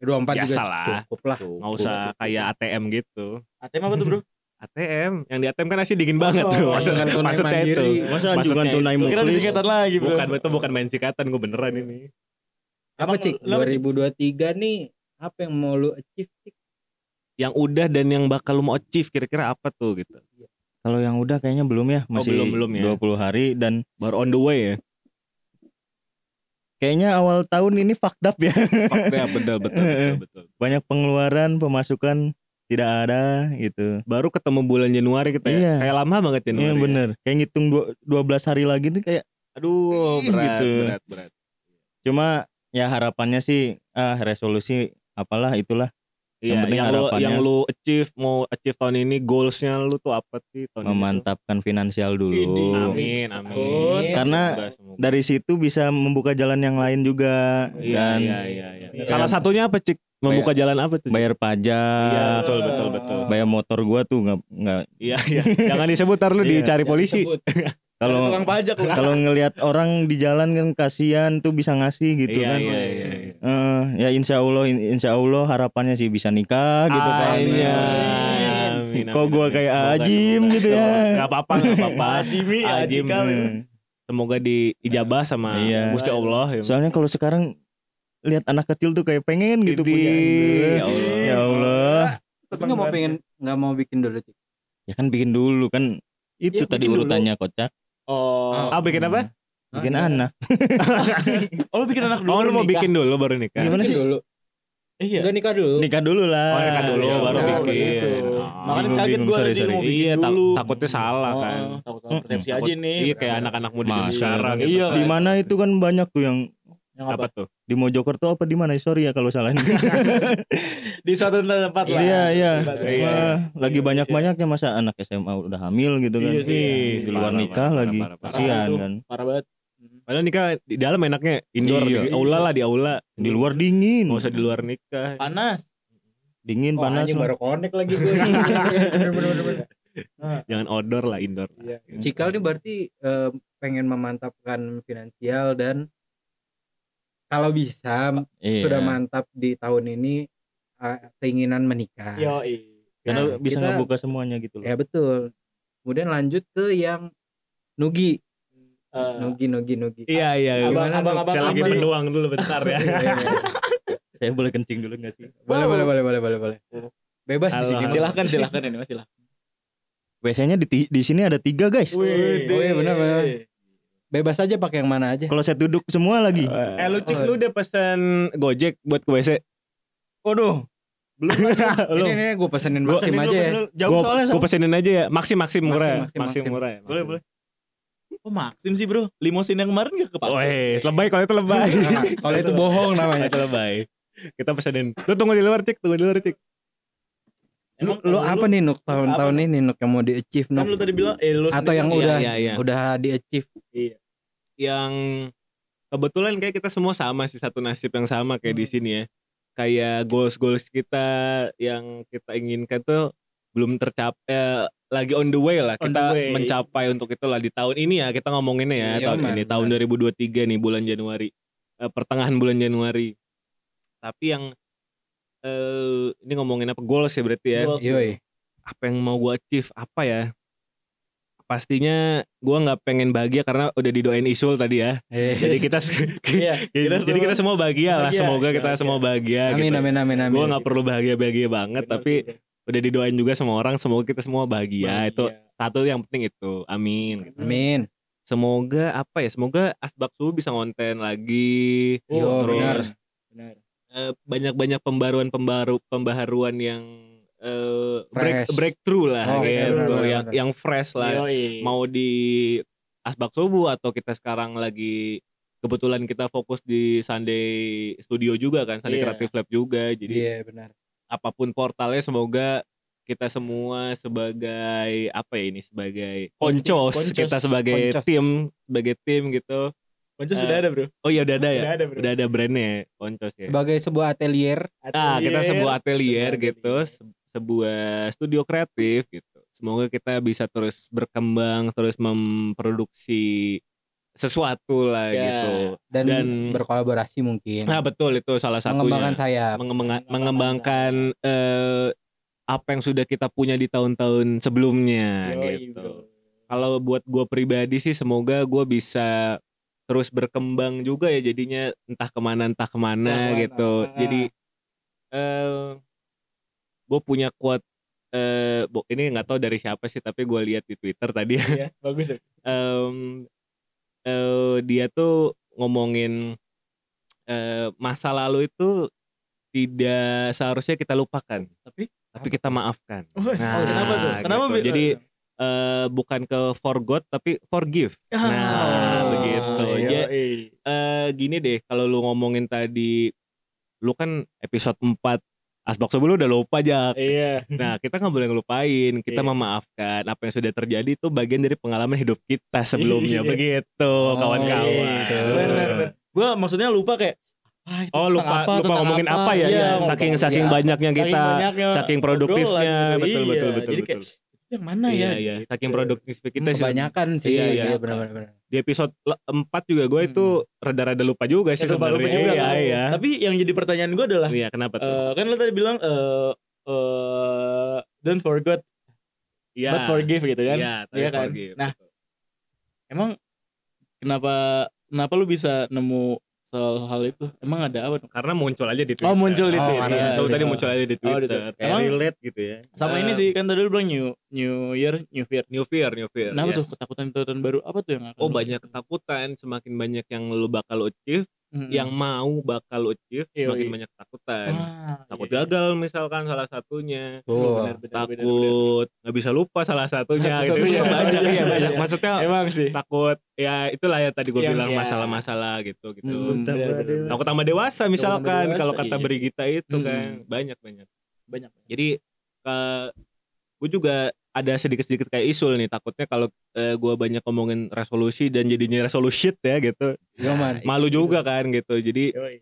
Speaker 5: ya,
Speaker 4: 24 juga
Speaker 5: Biasa lah.
Speaker 4: cukup lah.
Speaker 5: nggak usah kayak ATM gitu.
Speaker 3: ATM apa tuh bro?
Speaker 5: ATM yang di ATM kan asli dingin banget
Speaker 6: Oh,
Speaker 5: tuh.
Speaker 6: oh,
Speaker 5: Maksud,
Speaker 4: bukan tunai
Speaker 5: maksudnya itu.
Speaker 4: mandiri.
Speaker 6: masa
Speaker 5: Maksudnya
Speaker 6: anjungan tunai
Speaker 5: itu.
Speaker 3: Kira
Speaker 6: muklis
Speaker 3: disingkatan lagi bro
Speaker 5: Bukan itu bukan main sikatan gue beneran ini.
Speaker 4: Apa
Speaker 3: Emang
Speaker 4: cik?
Speaker 3: lu apa, Cik?
Speaker 4: 2023 nih apa yang mau lu achieve cik?
Speaker 5: Yang udah dan yang bakal lu mau achieve kira-kira apa tuh gitu.
Speaker 6: kalau yang udah kayaknya belum ya masih
Speaker 5: belum, belum ya.
Speaker 6: 20 hari dan
Speaker 5: Baru on the way ya.
Speaker 6: kayaknya awal tahun ini fucked up ya
Speaker 5: Fuck yeah, betul, betul betul betul.
Speaker 6: banyak pengeluaran pemasukan tidak ada gitu
Speaker 5: Baru ketemu bulan Januari kita ya.
Speaker 6: Iya.
Speaker 5: Kayak lama banget Januari.
Speaker 6: iya
Speaker 5: ya.
Speaker 6: bener kayak ngitung dua- 12 hari lagi tuh kayak
Speaker 5: Aduh,
Speaker 6: Ih,
Speaker 5: berat,
Speaker 6: gitu.
Speaker 5: berat berat.
Speaker 6: cuma ya harapannya sih ah resolusi apalah itulah
Speaker 5: Iya,
Speaker 6: Yang
Speaker 5: yang,
Speaker 6: penting
Speaker 5: lu
Speaker 6: harapannya.
Speaker 5: yang lu achieve mau achieve tahun ini goalsnya lu tuh apa sih tahun ini? tuh?
Speaker 6: memantapkan finansial
Speaker 5: Idih,
Speaker 6: dulu
Speaker 5: Amin, amin.
Speaker 3: Takut.
Speaker 6: Karena-
Speaker 5: Semoga, semoga.
Speaker 6: dari situ bisa membuka jalan yang lain juga
Speaker 5: Iya,
Speaker 6: dan
Speaker 5: iya, iya, iya.
Speaker 6: Iya.
Speaker 5: Salah satunya apa, Cik? Membuka jalan apa tuh? Cik?
Speaker 6: bayar pajak
Speaker 5: Iya, betul betul betul.
Speaker 6: bayar motor gua tuh nggak nggak
Speaker 5: Iya, iya. Jangan disebut ntar lu
Speaker 6: Iya.
Speaker 5: dicari polisi.
Speaker 2: Sebut.
Speaker 6: kalau
Speaker 3: Tukang pajak lu.
Speaker 6: kalau ngelihat orang di jalan kan kasihan tuh bisa ngasih
Speaker 5: Iya,
Speaker 6: gitu kan
Speaker 5: iya, iya. iya.
Speaker 6: Eh, ya insya Allah in- insya Allah harapannya sih bisa nikah gitu
Speaker 5: Ah,
Speaker 6: kan
Speaker 5: Amin. Amin,
Speaker 6: Kok
Speaker 5: amin,
Speaker 6: gua
Speaker 5: amin.
Speaker 6: kayak
Speaker 5: Semoga,
Speaker 6: Ajim
Speaker 5: semoga.
Speaker 6: gitu ya.
Speaker 5: Gak apa-apa, gak apa-apa.
Speaker 3: Iya.
Speaker 6: Ajimi,
Speaker 5: Ajim.
Speaker 6: Ajikal.
Speaker 5: Semoga diijabah sama
Speaker 6: Iya.
Speaker 5: Gusti Allah. ya.
Speaker 6: soalnya kalau sekarang lihat anak kecil tuh kayak pengen gitu
Speaker 5: Jadi,
Speaker 6: punya
Speaker 5: ya Allah.
Speaker 6: ya Allah
Speaker 4: Tapi nggak mau pengen nggak mau bikin dulu cik.
Speaker 6: ya kan bikin dulu kan
Speaker 3: Iya,
Speaker 5: Ya,
Speaker 6: itu tadi
Speaker 3: bikin dulu.
Speaker 6: urutannya kocak
Speaker 3: Oh,
Speaker 5: Ah, bikin apa?
Speaker 6: bikin
Speaker 4: Ah, iya.
Speaker 6: anak
Speaker 3: oh lu bikin anak dulu
Speaker 5: Oh, lu mau
Speaker 3: nikah.
Speaker 5: bikin dulu baru nikah.
Speaker 6: Gimana
Speaker 2: Bikin
Speaker 6: sih?
Speaker 2: Dulu.
Speaker 3: Iya
Speaker 2: Enggak nikah dulu.
Speaker 6: nikah dulu lah
Speaker 5: Oh, nikah
Speaker 3: Ya
Speaker 5: dulu,
Speaker 6: Iya,
Speaker 5: baru
Speaker 6: bener.
Speaker 5: bikin.
Speaker 3: begitu.
Speaker 5: Oh.
Speaker 3: Makanya
Speaker 6: Bingung,
Speaker 3: kaget
Speaker 6: bingung,
Speaker 3: gue
Speaker 6: sorry,
Speaker 3: tadi
Speaker 6: sorry.
Speaker 3: mau bikin
Speaker 5: Iya, tak-
Speaker 3: dulu
Speaker 5: takutnya salah
Speaker 3: Oh,
Speaker 5: kan.
Speaker 3: Takut salah persepsi aja nih
Speaker 5: Iya, kayak anak-anak muda zaman
Speaker 6: Masa.
Speaker 5: sekarang gitu.
Speaker 3: Iya,
Speaker 6: di mana itu kan banyak tuh yang
Speaker 3: Yang apa?
Speaker 5: apa tuh?
Speaker 6: di Mojokerto apa di mana sorry ya kalau salah ini
Speaker 3: Di suatu tempat lah
Speaker 6: iya iya
Speaker 3: Tempat lah.
Speaker 5: Iya,
Speaker 6: Wah, lagi
Speaker 3: Iya,
Speaker 6: banyak banyaknya masa anak SMA udah hamil gitu kan
Speaker 3: Iya sih.
Speaker 6: Ih, di luar
Speaker 5: Parah,
Speaker 6: nikah
Speaker 5: parah,
Speaker 6: lagi
Speaker 5: parah, parah.
Speaker 6: kasihan
Speaker 3: Parah
Speaker 6: kan
Speaker 3: Parah banget
Speaker 5: Padahal nikah di dalam enaknya indoor
Speaker 6: Iya.
Speaker 5: di aula lah di aula.
Speaker 6: di luar dingin
Speaker 5: nggak usah di luar nikah.
Speaker 3: Panas
Speaker 6: dingin
Speaker 2: Oh,
Speaker 6: panas kan.
Speaker 2: anjing
Speaker 6: lah.
Speaker 2: baru connect lagi gue. Bener, bener, bener, bener.
Speaker 5: Jangan outdoor lah indoor. lah.
Speaker 4: Cikal nih berarti eh, pengen memantapkan finansial dan kalau bisa
Speaker 6: Iya.
Speaker 4: sudah mantap di tahun ini eh, keinginan
Speaker 5: Iya.
Speaker 4: menikah.
Speaker 3: Yoi Eh,
Speaker 4: Nah,
Speaker 6: karena bisa
Speaker 4: kita-
Speaker 6: ngebuka semuanya gitu loh
Speaker 4: Ya betul. Kemudian lanjut ke yang Nugi,
Speaker 3: Eh,
Speaker 4: Nugi, Nugi, Nugi.
Speaker 5: Iya iya.
Speaker 4: Abang-
Speaker 5: Gimana?
Speaker 3: abang-abang
Speaker 5: Saya lagi
Speaker 3: apa nih?
Speaker 5: menduang dulu bentar ya.
Speaker 4: Iya, iya.
Speaker 6: saya boleh kencing dulu gak sih
Speaker 4: boleh, boleh, boleh, boleh, boleh, boleh. Bebas di sini.
Speaker 5: Alah.
Speaker 3: Ya, Silahkan silahkan ini mas silahkan
Speaker 6: biasanya di ti- di sini ada tiga guys
Speaker 4: Wih. Oh, iya, benar, benar. Bebas aja pakai yang mana aja.
Speaker 6: kalau saya duduk semua lagi
Speaker 5: Eh lu
Speaker 6: Oh.
Speaker 5: cik lu udah pesan Gojek buat ke WC.
Speaker 6: waduh belum lagi.
Speaker 4: Ini, ini gue pesenin
Speaker 6: Gua-
Speaker 4: Maxim
Speaker 6: ini
Speaker 4: aja
Speaker 6: dulu,
Speaker 4: ya.
Speaker 6: dulu. jauh
Speaker 5: Gue
Speaker 6: soalnya
Speaker 5: gue pesenin aja ya. Maksim maksim murah.
Speaker 4: Maksim,
Speaker 5: Maksim,
Speaker 4: maksim, maksim.
Speaker 5: murah ya.
Speaker 6: boleh boleh
Speaker 3: Oh Maxim sih bro Limosin yang kemarin gak kepake
Speaker 5: Weh, lebay kalau itu lebay.
Speaker 4: Nah, kalau itu bohong
Speaker 5: Kalau
Speaker 4: namanya.
Speaker 5: itu lebay. Kita pesenin. Lu tunggu di luar cik, tunggu di luar cik.
Speaker 4: Lu, lu apa nih Nuk tahun-tahun ini Nuk yang mau di achieve
Speaker 3: Kan
Speaker 4: Nuk?
Speaker 3: lu tadi bilang eh, lu
Speaker 4: Atau
Speaker 3: sendiri.
Speaker 4: yang
Speaker 5: Iya,
Speaker 4: udah
Speaker 5: iya, iya.
Speaker 4: udah di achieve
Speaker 5: yang kebetulan kayak kita semua sama sih satu nasib yang sama kayak di sini ya. Kayak goals-goals kita yang kita inginkan tuh belum tercapai eh, lagi on the way lah
Speaker 3: On
Speaker 5: kita
Speaker 3: the way.
Speaker 5: mencapai untuk itu lah di tahun ini ya kita ngomonginnya ya
Speaker 4: Iya,
Speaker 5: tahun
Speaker 4: benar,
Speaker 5: ini
Speaker 4: benar.
Speaker 5: tahun 2023 nih bulan Januari Eh, pertengahan bulan Januari tapi yang eh ini ngomongin apa goals ya berarti ya
Speaker 3: Goals.
Speaker 4: Yoi.
Speaker 5: apa yang mau gue achieve apa ya pastinya gua nggak pengen bahagia karena udah didoain Isul tadi ya jadi
Speaker 4: Eh.
Speaker 5: kita se-
Speaker 3: Iya
Speaker 5: jadi jadi kita semua bahagia lah
Speaker 3: bahagia.
Speaker 5: semoga kita
Speaker 3: Bahagia.
Speaker 5: semua bahagia
Speaker 4: Amin,
Speaker 5: gitu
Speaker 4: amin, amin, amin.
Speaker 5: gue nggak perlu bahagia
Speaker 3: Iya,
Speaker 5: bahagia banget tapi udah didoain juga sama orang semoga kita semua bahagia,
Speaker 3: Iya.
Speaker 5: itu
Speaker 3: Oh,
Speaker 5: satu yang penting itu amin
Speaker 4: Amin.
Speaker 5: semoga apa ya semoga asbak suhu bisa ngonten lagi
Speaker 3: Oh,
Speaker 4: Yo,
Speaker 5: terus
Speaker 4: benar.
Speaker 3: Benar
Speaker 5: eh, banyak-banyak pembaruan pembaru pembaharuan yang eh,
Speaker 4: Fresh.
Speaker 5: break breakthrough lah
Speaker 4: Oh,
Speaker 5: gitu
Speaker 4: benar, benar,
Speaker 5: yang
Speaker 4: benar.
Speaker 5: yang fresh lah
Speaker 3: Yoi
Speaker 5: mau di asbak subuh atau kita sekarang lagi kebetulan kita fokus di Sunday Studio juga kan Sunday
Speaker 3: Iya.
Speaker 5: Creative Lab juga jadi
Speaker 4: Iya, benar.
Speaker 5: apapun portalnya semoga kita semua sebagai apa ya ini sebagai koncos,
Speaker 2: Koncos.
Speaker 5: kita sebagai
Speaker 2: Koncos.
Speaker 5: tim sebagai tim gitu
Speaker 3: Ponco
Speaker 5: Eh,
Speaker 3: sudah ada bro.
Speaker 5: oh iya udah ada ya
Speaker 2: Udah ada, bro.
Speaker 5: udah ada brandnya ya, koncos ya
Speaker 4: Sebagai sebuah atelier
Speaker 5: nah
Speaker 3: Iya,
Speaker 5: kita sebuah atelier
Speaker 2: Sebuah
Speaker 5: gitu se- sebuah studio kreatif gitu semoga kita bisa terus berkembang terus memproduksi sesuatu lah
Speaker 3: Ya.
Speaker 5: gitu
Speaker 4: dan,
Speaker 5: Dan-
Speaker 4: berkolaborasi mungkin.
Speaker 5: nah betul itu salah
Speaker 4: mengembangkan
Speaker 5: satunya
Speaker 4: sayap.
Speaker 5: Mengembenga- mengembangkan eh, apa yang sudah kita punya di tahun-tahun sebelumnya
Speaker 3: Yoi,
Speaker 5: gitu.
Speaker 3: bro.
Speaker 5: Kalau buat gue pribadi sih semoga gue bisa terus berkembang juga ya jadinya entah kemana entah kemana
Speaker 2: Kemana,
Speaker 5: gitu.
Speaker 2: ah.
Speaker 5: Jadi eh gue punya quote eh bo- ini nggak tahu dari siapa sih tapi gue lihat di Twitter tadi
Speaker 3: Iya, bagus. ya.
Speaker 5: em eh, dia tuh ngomongin eh, masa lalu itu tidak seharusnya kita lupakan
Speaker 3: Tapi?
Speaker 5: tapi kita maafkan
Speaker 3: Oh, kenapa tuh? Kenapa,
Speaker 5: gitu.
Speaker 3: Bil?
Speaker 5: jadi eh, bukan ke forgot tapi forgive nah
Speaker 3: Ah,
Speaker 5: begitu
Speaker 3: iya.
Speaker 5: ya eh, gini deh kalau lu ngomongin tadi lu kan episode 4 Asbak sebelum udah lupa jak
Speaker 3: Iya.
Speaker 5: Nah kita nggak boleh ngelupain Kita
Speaker 3: Iya.
Speaker 5: memaafkan Apa yang sudah terjadi itu bagian dari pengalaman hidup kita sebelumnya
Speaker 3: Iya.
Speaker 5: Begitu kawan-kawan
Speaker 3: Iya, benar, benar. Gue maksudnya lupa kayak ah, itu
Speaker 5: Oh
Speaker 3: tentang
Speaker 5: lupa
Speaker 3: apa,
Speaker 5: lupa
Speaker 3: tentang
Speaker 5: ngomongin apa, ya,
Speaker 3: Iya,
Speaker 5: ya.
Speaker 3: ngomong-
Speaker 5: Saking saking
Speaker 4: Iya.
Speaker 5: banyaknya
Speaker 3: saking
Speaker 5: kita
Speaker 3: banyaknya
Speaker 5: saking produktifnya
Speaker 3: obrolan gitu.
Speaker 5: Betul
Speaker 3: Iya,
Speaker 5: betul betul
Speaker 3: jadi
Speaker 5: betul
Speaker 3: kayak, yang mana
Speaker 5: Iya
Speaker 3: ya
Speaker 5: iya
Speaker 3: gitu.
Speaker 5: Saking produktif kita sih
Speaker 4: Kebanyakan sih
Speaker 5: Iya,
Speaker 4: iya,
Speaker 5: iya.
Speaker 4: benar-benar.
Speaker 5: Di episode 4 juga gue itu Rada-rada lupa juga
Speaker 3: Ya,
Speaker 5: sih
Speaker 3: lupa- lupa
Speaker 5: sebenarnya
Speaker 3: juga
Speaker 5: Iya
Speaker 3: kan.
Speaker 5: iya
Speaker 3: tapi yang jadi pertanyaan gue adalah
Speaker 5: Iya kenapa tuh
Speaker 3: eh, kan lo tadi bilang eh eh, don't forget
Speaker 5: Iya
Speaker 3: but forgive gitu kan
Speaker 5: Iya tapi
Speaker 3: Iya kan?
Speaker 5: forgive.
Speaker 3: Nah, emang kenapa kenapa lu bisa nemu soal hal itu emang ada apa dong?
Speaker 5: Karena muncul aja di Twitter
Speaker 3: oh muncul itu
Speaker 4: Oh,
Speaker 3: ya
Speaker 5: Iya,
Speaker 4: ada-
Speaker 5: tahu
Speaker 4: ada.
Speaker 5: tadi muncul aja di
Speaker 3: Oh, di
Speaker 5: Twitter Iya.
Speaker 3: Twitter. Emang-
Speaker 6: relate gitu ya.
Speaker 3: sama
Speaker 5: Eh,
Speaker 3: ini sih kan tadi lu bilang new new year new fear
Speaker 5: New fear New fear
Speaker 3: Kenapa
Speaker 5: yes.
Speaker 3: tuh ketakutan ketakutan baru apa tuh yang akan
Speaker 5: Oh
Speaker 3: lu-
Speaker 5: banyak ketakutan, semakin banyak yang lu bakal achieve,
Speaker 3: Mm-mm.
Speaker 5: yang mau bakal lu achieve,
Speaker 3: Iya,
Speaker 5: semakin
Speaker 3: iya.
Speaker 5: banyak ketakutan.
Speaker 3: Wah,
Speaker 5: Takut
Speaker 3: iya, iya.
Speaker 5: gagal misalkan salah satunya,
Speaker 3: Bener,
Speaker 4: Tuh.
Speaker 3: bener, bener, bener, bener.
Speaker 5: takut nggak bisa lupa salah satunya
Speaker 3: Satu
Speaker 5: gitu.
Speaker 3: satunya. Iya,
Speaker 5: banyak ya,
Speaker 3: iya,
Speaker 5: banyak.
Speaker 3: iya.
Speaker 5: Maksudnya
Speaker 3: emang sih
Speaker 5: takut ya itulah ya tadi gue
Speaker 3: Yang-
Speaker 5: bilang
Speaker 3: iya.
Speaker 5: masalah-masalah gitu gitu.
Speaker 3: Hmm,
Speaker 6: Takut
Speaker 3: bener,
Speaker 6: sama
Speaker 3: bener.
Speaker 6: dewasa.
Speaker 5: Takut sama dewasa misalkan
Speaker 3: dewasa,
Speaker 5: kalau
Speaker 3: iya
Speaker 5: kata
Speaker 3: sih.
Speaker 5: Brigita itu
Speaker 3: Mm-mm.
Speaker 5: kan banyak-banyak.
Speaker 3: banyak
Speaker 5: Jadi gue juga ada sedikit-sedikit kayak isul nih takutnya kalau gue banyak ngomongin resolusi dan jadinya resolusi shit ya gitu.
Speaker 3: Iya,
Speaker 4: Gimana?
Speaker 5: malu juga kan gitu jadi
Speaker 6: Yoi.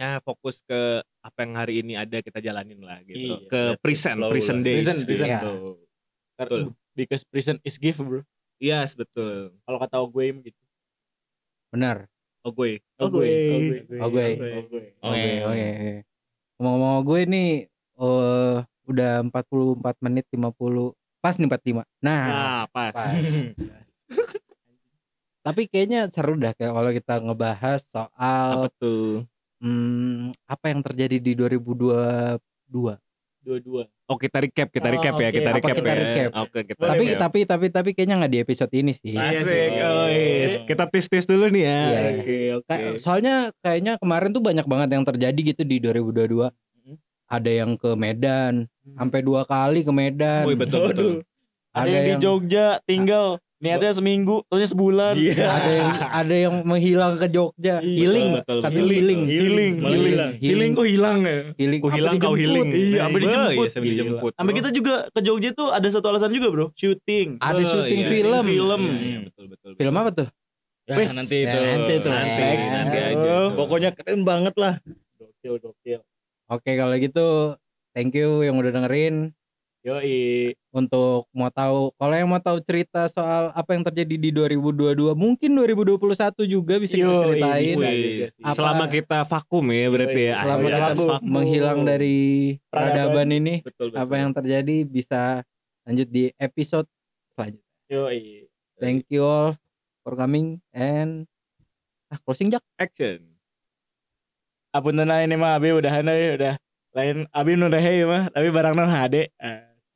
Speaker 5: ya fokus ke apa yang hari ini ada kita jalanin lah
Speaker 3: Iya,
Speaker 5: gitu ke
Speaker 6: berarti
Speaker 5: present
Speaker 6: flow
Speaker 5: present
Speaker 6: lah.
Speaker 5: days
Speaker 3: Present,
Speaker 4: present.
Speaker 5: gitu.
Speaker 3: Iya. betul because prison is gift bro
Speaker 5: Iya, yes betul
Speaker 3: kalau kata Oguem gitu
Speaker 4: Benar.
Speaker 5: oh gue
Speaker 3: Ogue.
Speaker 4: Ogue.
Speaker 3: Ogue.
Speaker 4: Oke, oke. oke. Ngomong-ngomong gue nih eh udah 44 menit 50 pas nih 45. Nah,
Speaker 5: nah pas
Speaker 4: pas. tapi kayaknya seru dah kayak kalau kita ngebahas
Speaker 5: apa
Speaker 4: soal
Speaker 5: tuh
Speaker 4: hmm, apa yang terjadi di 2022.
Speaker 3: dua-dua
Speaker 5: oh kita recap
Speaker 3: Oh,
Speaker 5: kita recap ya
Speaker 3: oke.
Speaker 5: kita
Speaker 4: Apa
Speaker 5: recap
Speaker 4: kita
Speaker 5: ya
Speaker 4: recap?
Speaker 5: oke kita
Speaker 4: Tapi
Speaker 5: recap.
Speaker 4: tapi tapi tapi kayaknya nggak di episode ini sih.
Speaker 3: Iya
Speaker 5: Asik,
Speaker 3: sih.
Speaker 5: oh, yes. kita tis tis dulu nih ya
Speaker 4: Iya.
Speaker 5: oke oke
Speaker 4: Kayak- Soalnya kayaknya kemarin tuh banyak banget yang terjadi gitu di 2022.
Speaker 5: Mm-hmm.
Speaker 3: Mhm.
Speaker 4: Ada yang ke Medan, sampai dua kali ke Medan.
Speaker 5: Wih, betul betul
Speaker 3: ada yang Ah. di Jogja tinggal niatnya seminggu terusnya sebulan
Speaker 4: ada yang ada yang menghilang ke Jogja.
Speaker 3: Iya,
Speaker 4: healing,
Speaker 5: betul,
Speaker 4: kata
Speaker 5: betul,
Speaker 4: lu
Speaker 5: betul.
Speaker 4: healing,
Speaker 3: healing
Speaker 6: Malah
Speaker 3: healing
Speaker 6: hilang.
Speaker 3: healing kok hilang ya
Speaker 4: healing.
Speaker 5: Ku
Speaker 4: Apa
Speaker 5: hilang kau
Speaker 4: dijemput?
Speaker 5: healing.
Speaker 3: Iya, sampai dijemput.
Speaker 5: Iya, sampai dijemput.
Speaker 3: sampai kita juga ke Jogja tuh ada satu alasan juga bro syuting
Speaker 4: Ada
Speaker 5: Oh,
Speaker 4: syuting
Speaker 5: iya,
Speaker 4: film.
Speaker 5: iya,
Speaker 3: Film.
Speaker 5: iya, iya, betul, betul,
Speaker 4: Film
Speaker 5: betul.
Speaker 4: apa tuh?
Speaker 3: Wes.
Speaker 5: nanti
Speaker 4: Ya,
Speaker 6: Nah,
Speaker 5: itu.
Speaker 4: nanti itu.
Speaker 5: Nanti,
Speaker 4: Next.
Speaker 5: nanti aja.
Speaker 3: Bro,
Speaker 5: itu.
Speaker 6: Pokoknya keren banget lah.
Speaker 3: dokil dokil
Speaker 4: Oke, kalau gitu thank you yang udah dengerin.
Speaker 3: yoi
Speaker 4: Untuk mau tahu, kalau yang mau tahu cerita soal apa yang terjadi di 2022, mungkin 2021 juga bisa kita
Speaker 3: Yoi,
Speaker 4: ceritain.
Speaker 3: bisa.
Speaker 5: Wih,
Speaker 3: juga sih.
Speaker 5: apa- selama kita vakum ya berarti ya.
Speaker 4: Selama
Speaker 5: Anjay,
Speaker 4: kita
Speaker 5: vakum.
Speaker 4: menghilang dari peradaban
Speaker 3: Peradaban.
Speaker 4: ini,
Speaker 5: Betul, betul.
Speaker 4: apa yang terjadi bisa lanjut di episode selanjutnya.
Speaker 3: yoi
Speaker 4: Thank you all for coming and ah, closing jak.
Speaker 5: action.
Speaker 3: apun tenang ini mah abi udah ya udah lain abi nu rehe ieu mah tapi barang non hade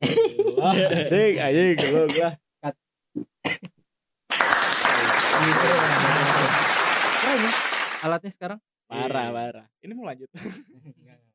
Speaker 3: sih aja gue gue
Speaker 4: Gitu. Keren ya, alatnya sekarang.
Speaker 3: parah parah ini mau lanjut
Speaker 4: Enggak, enggak.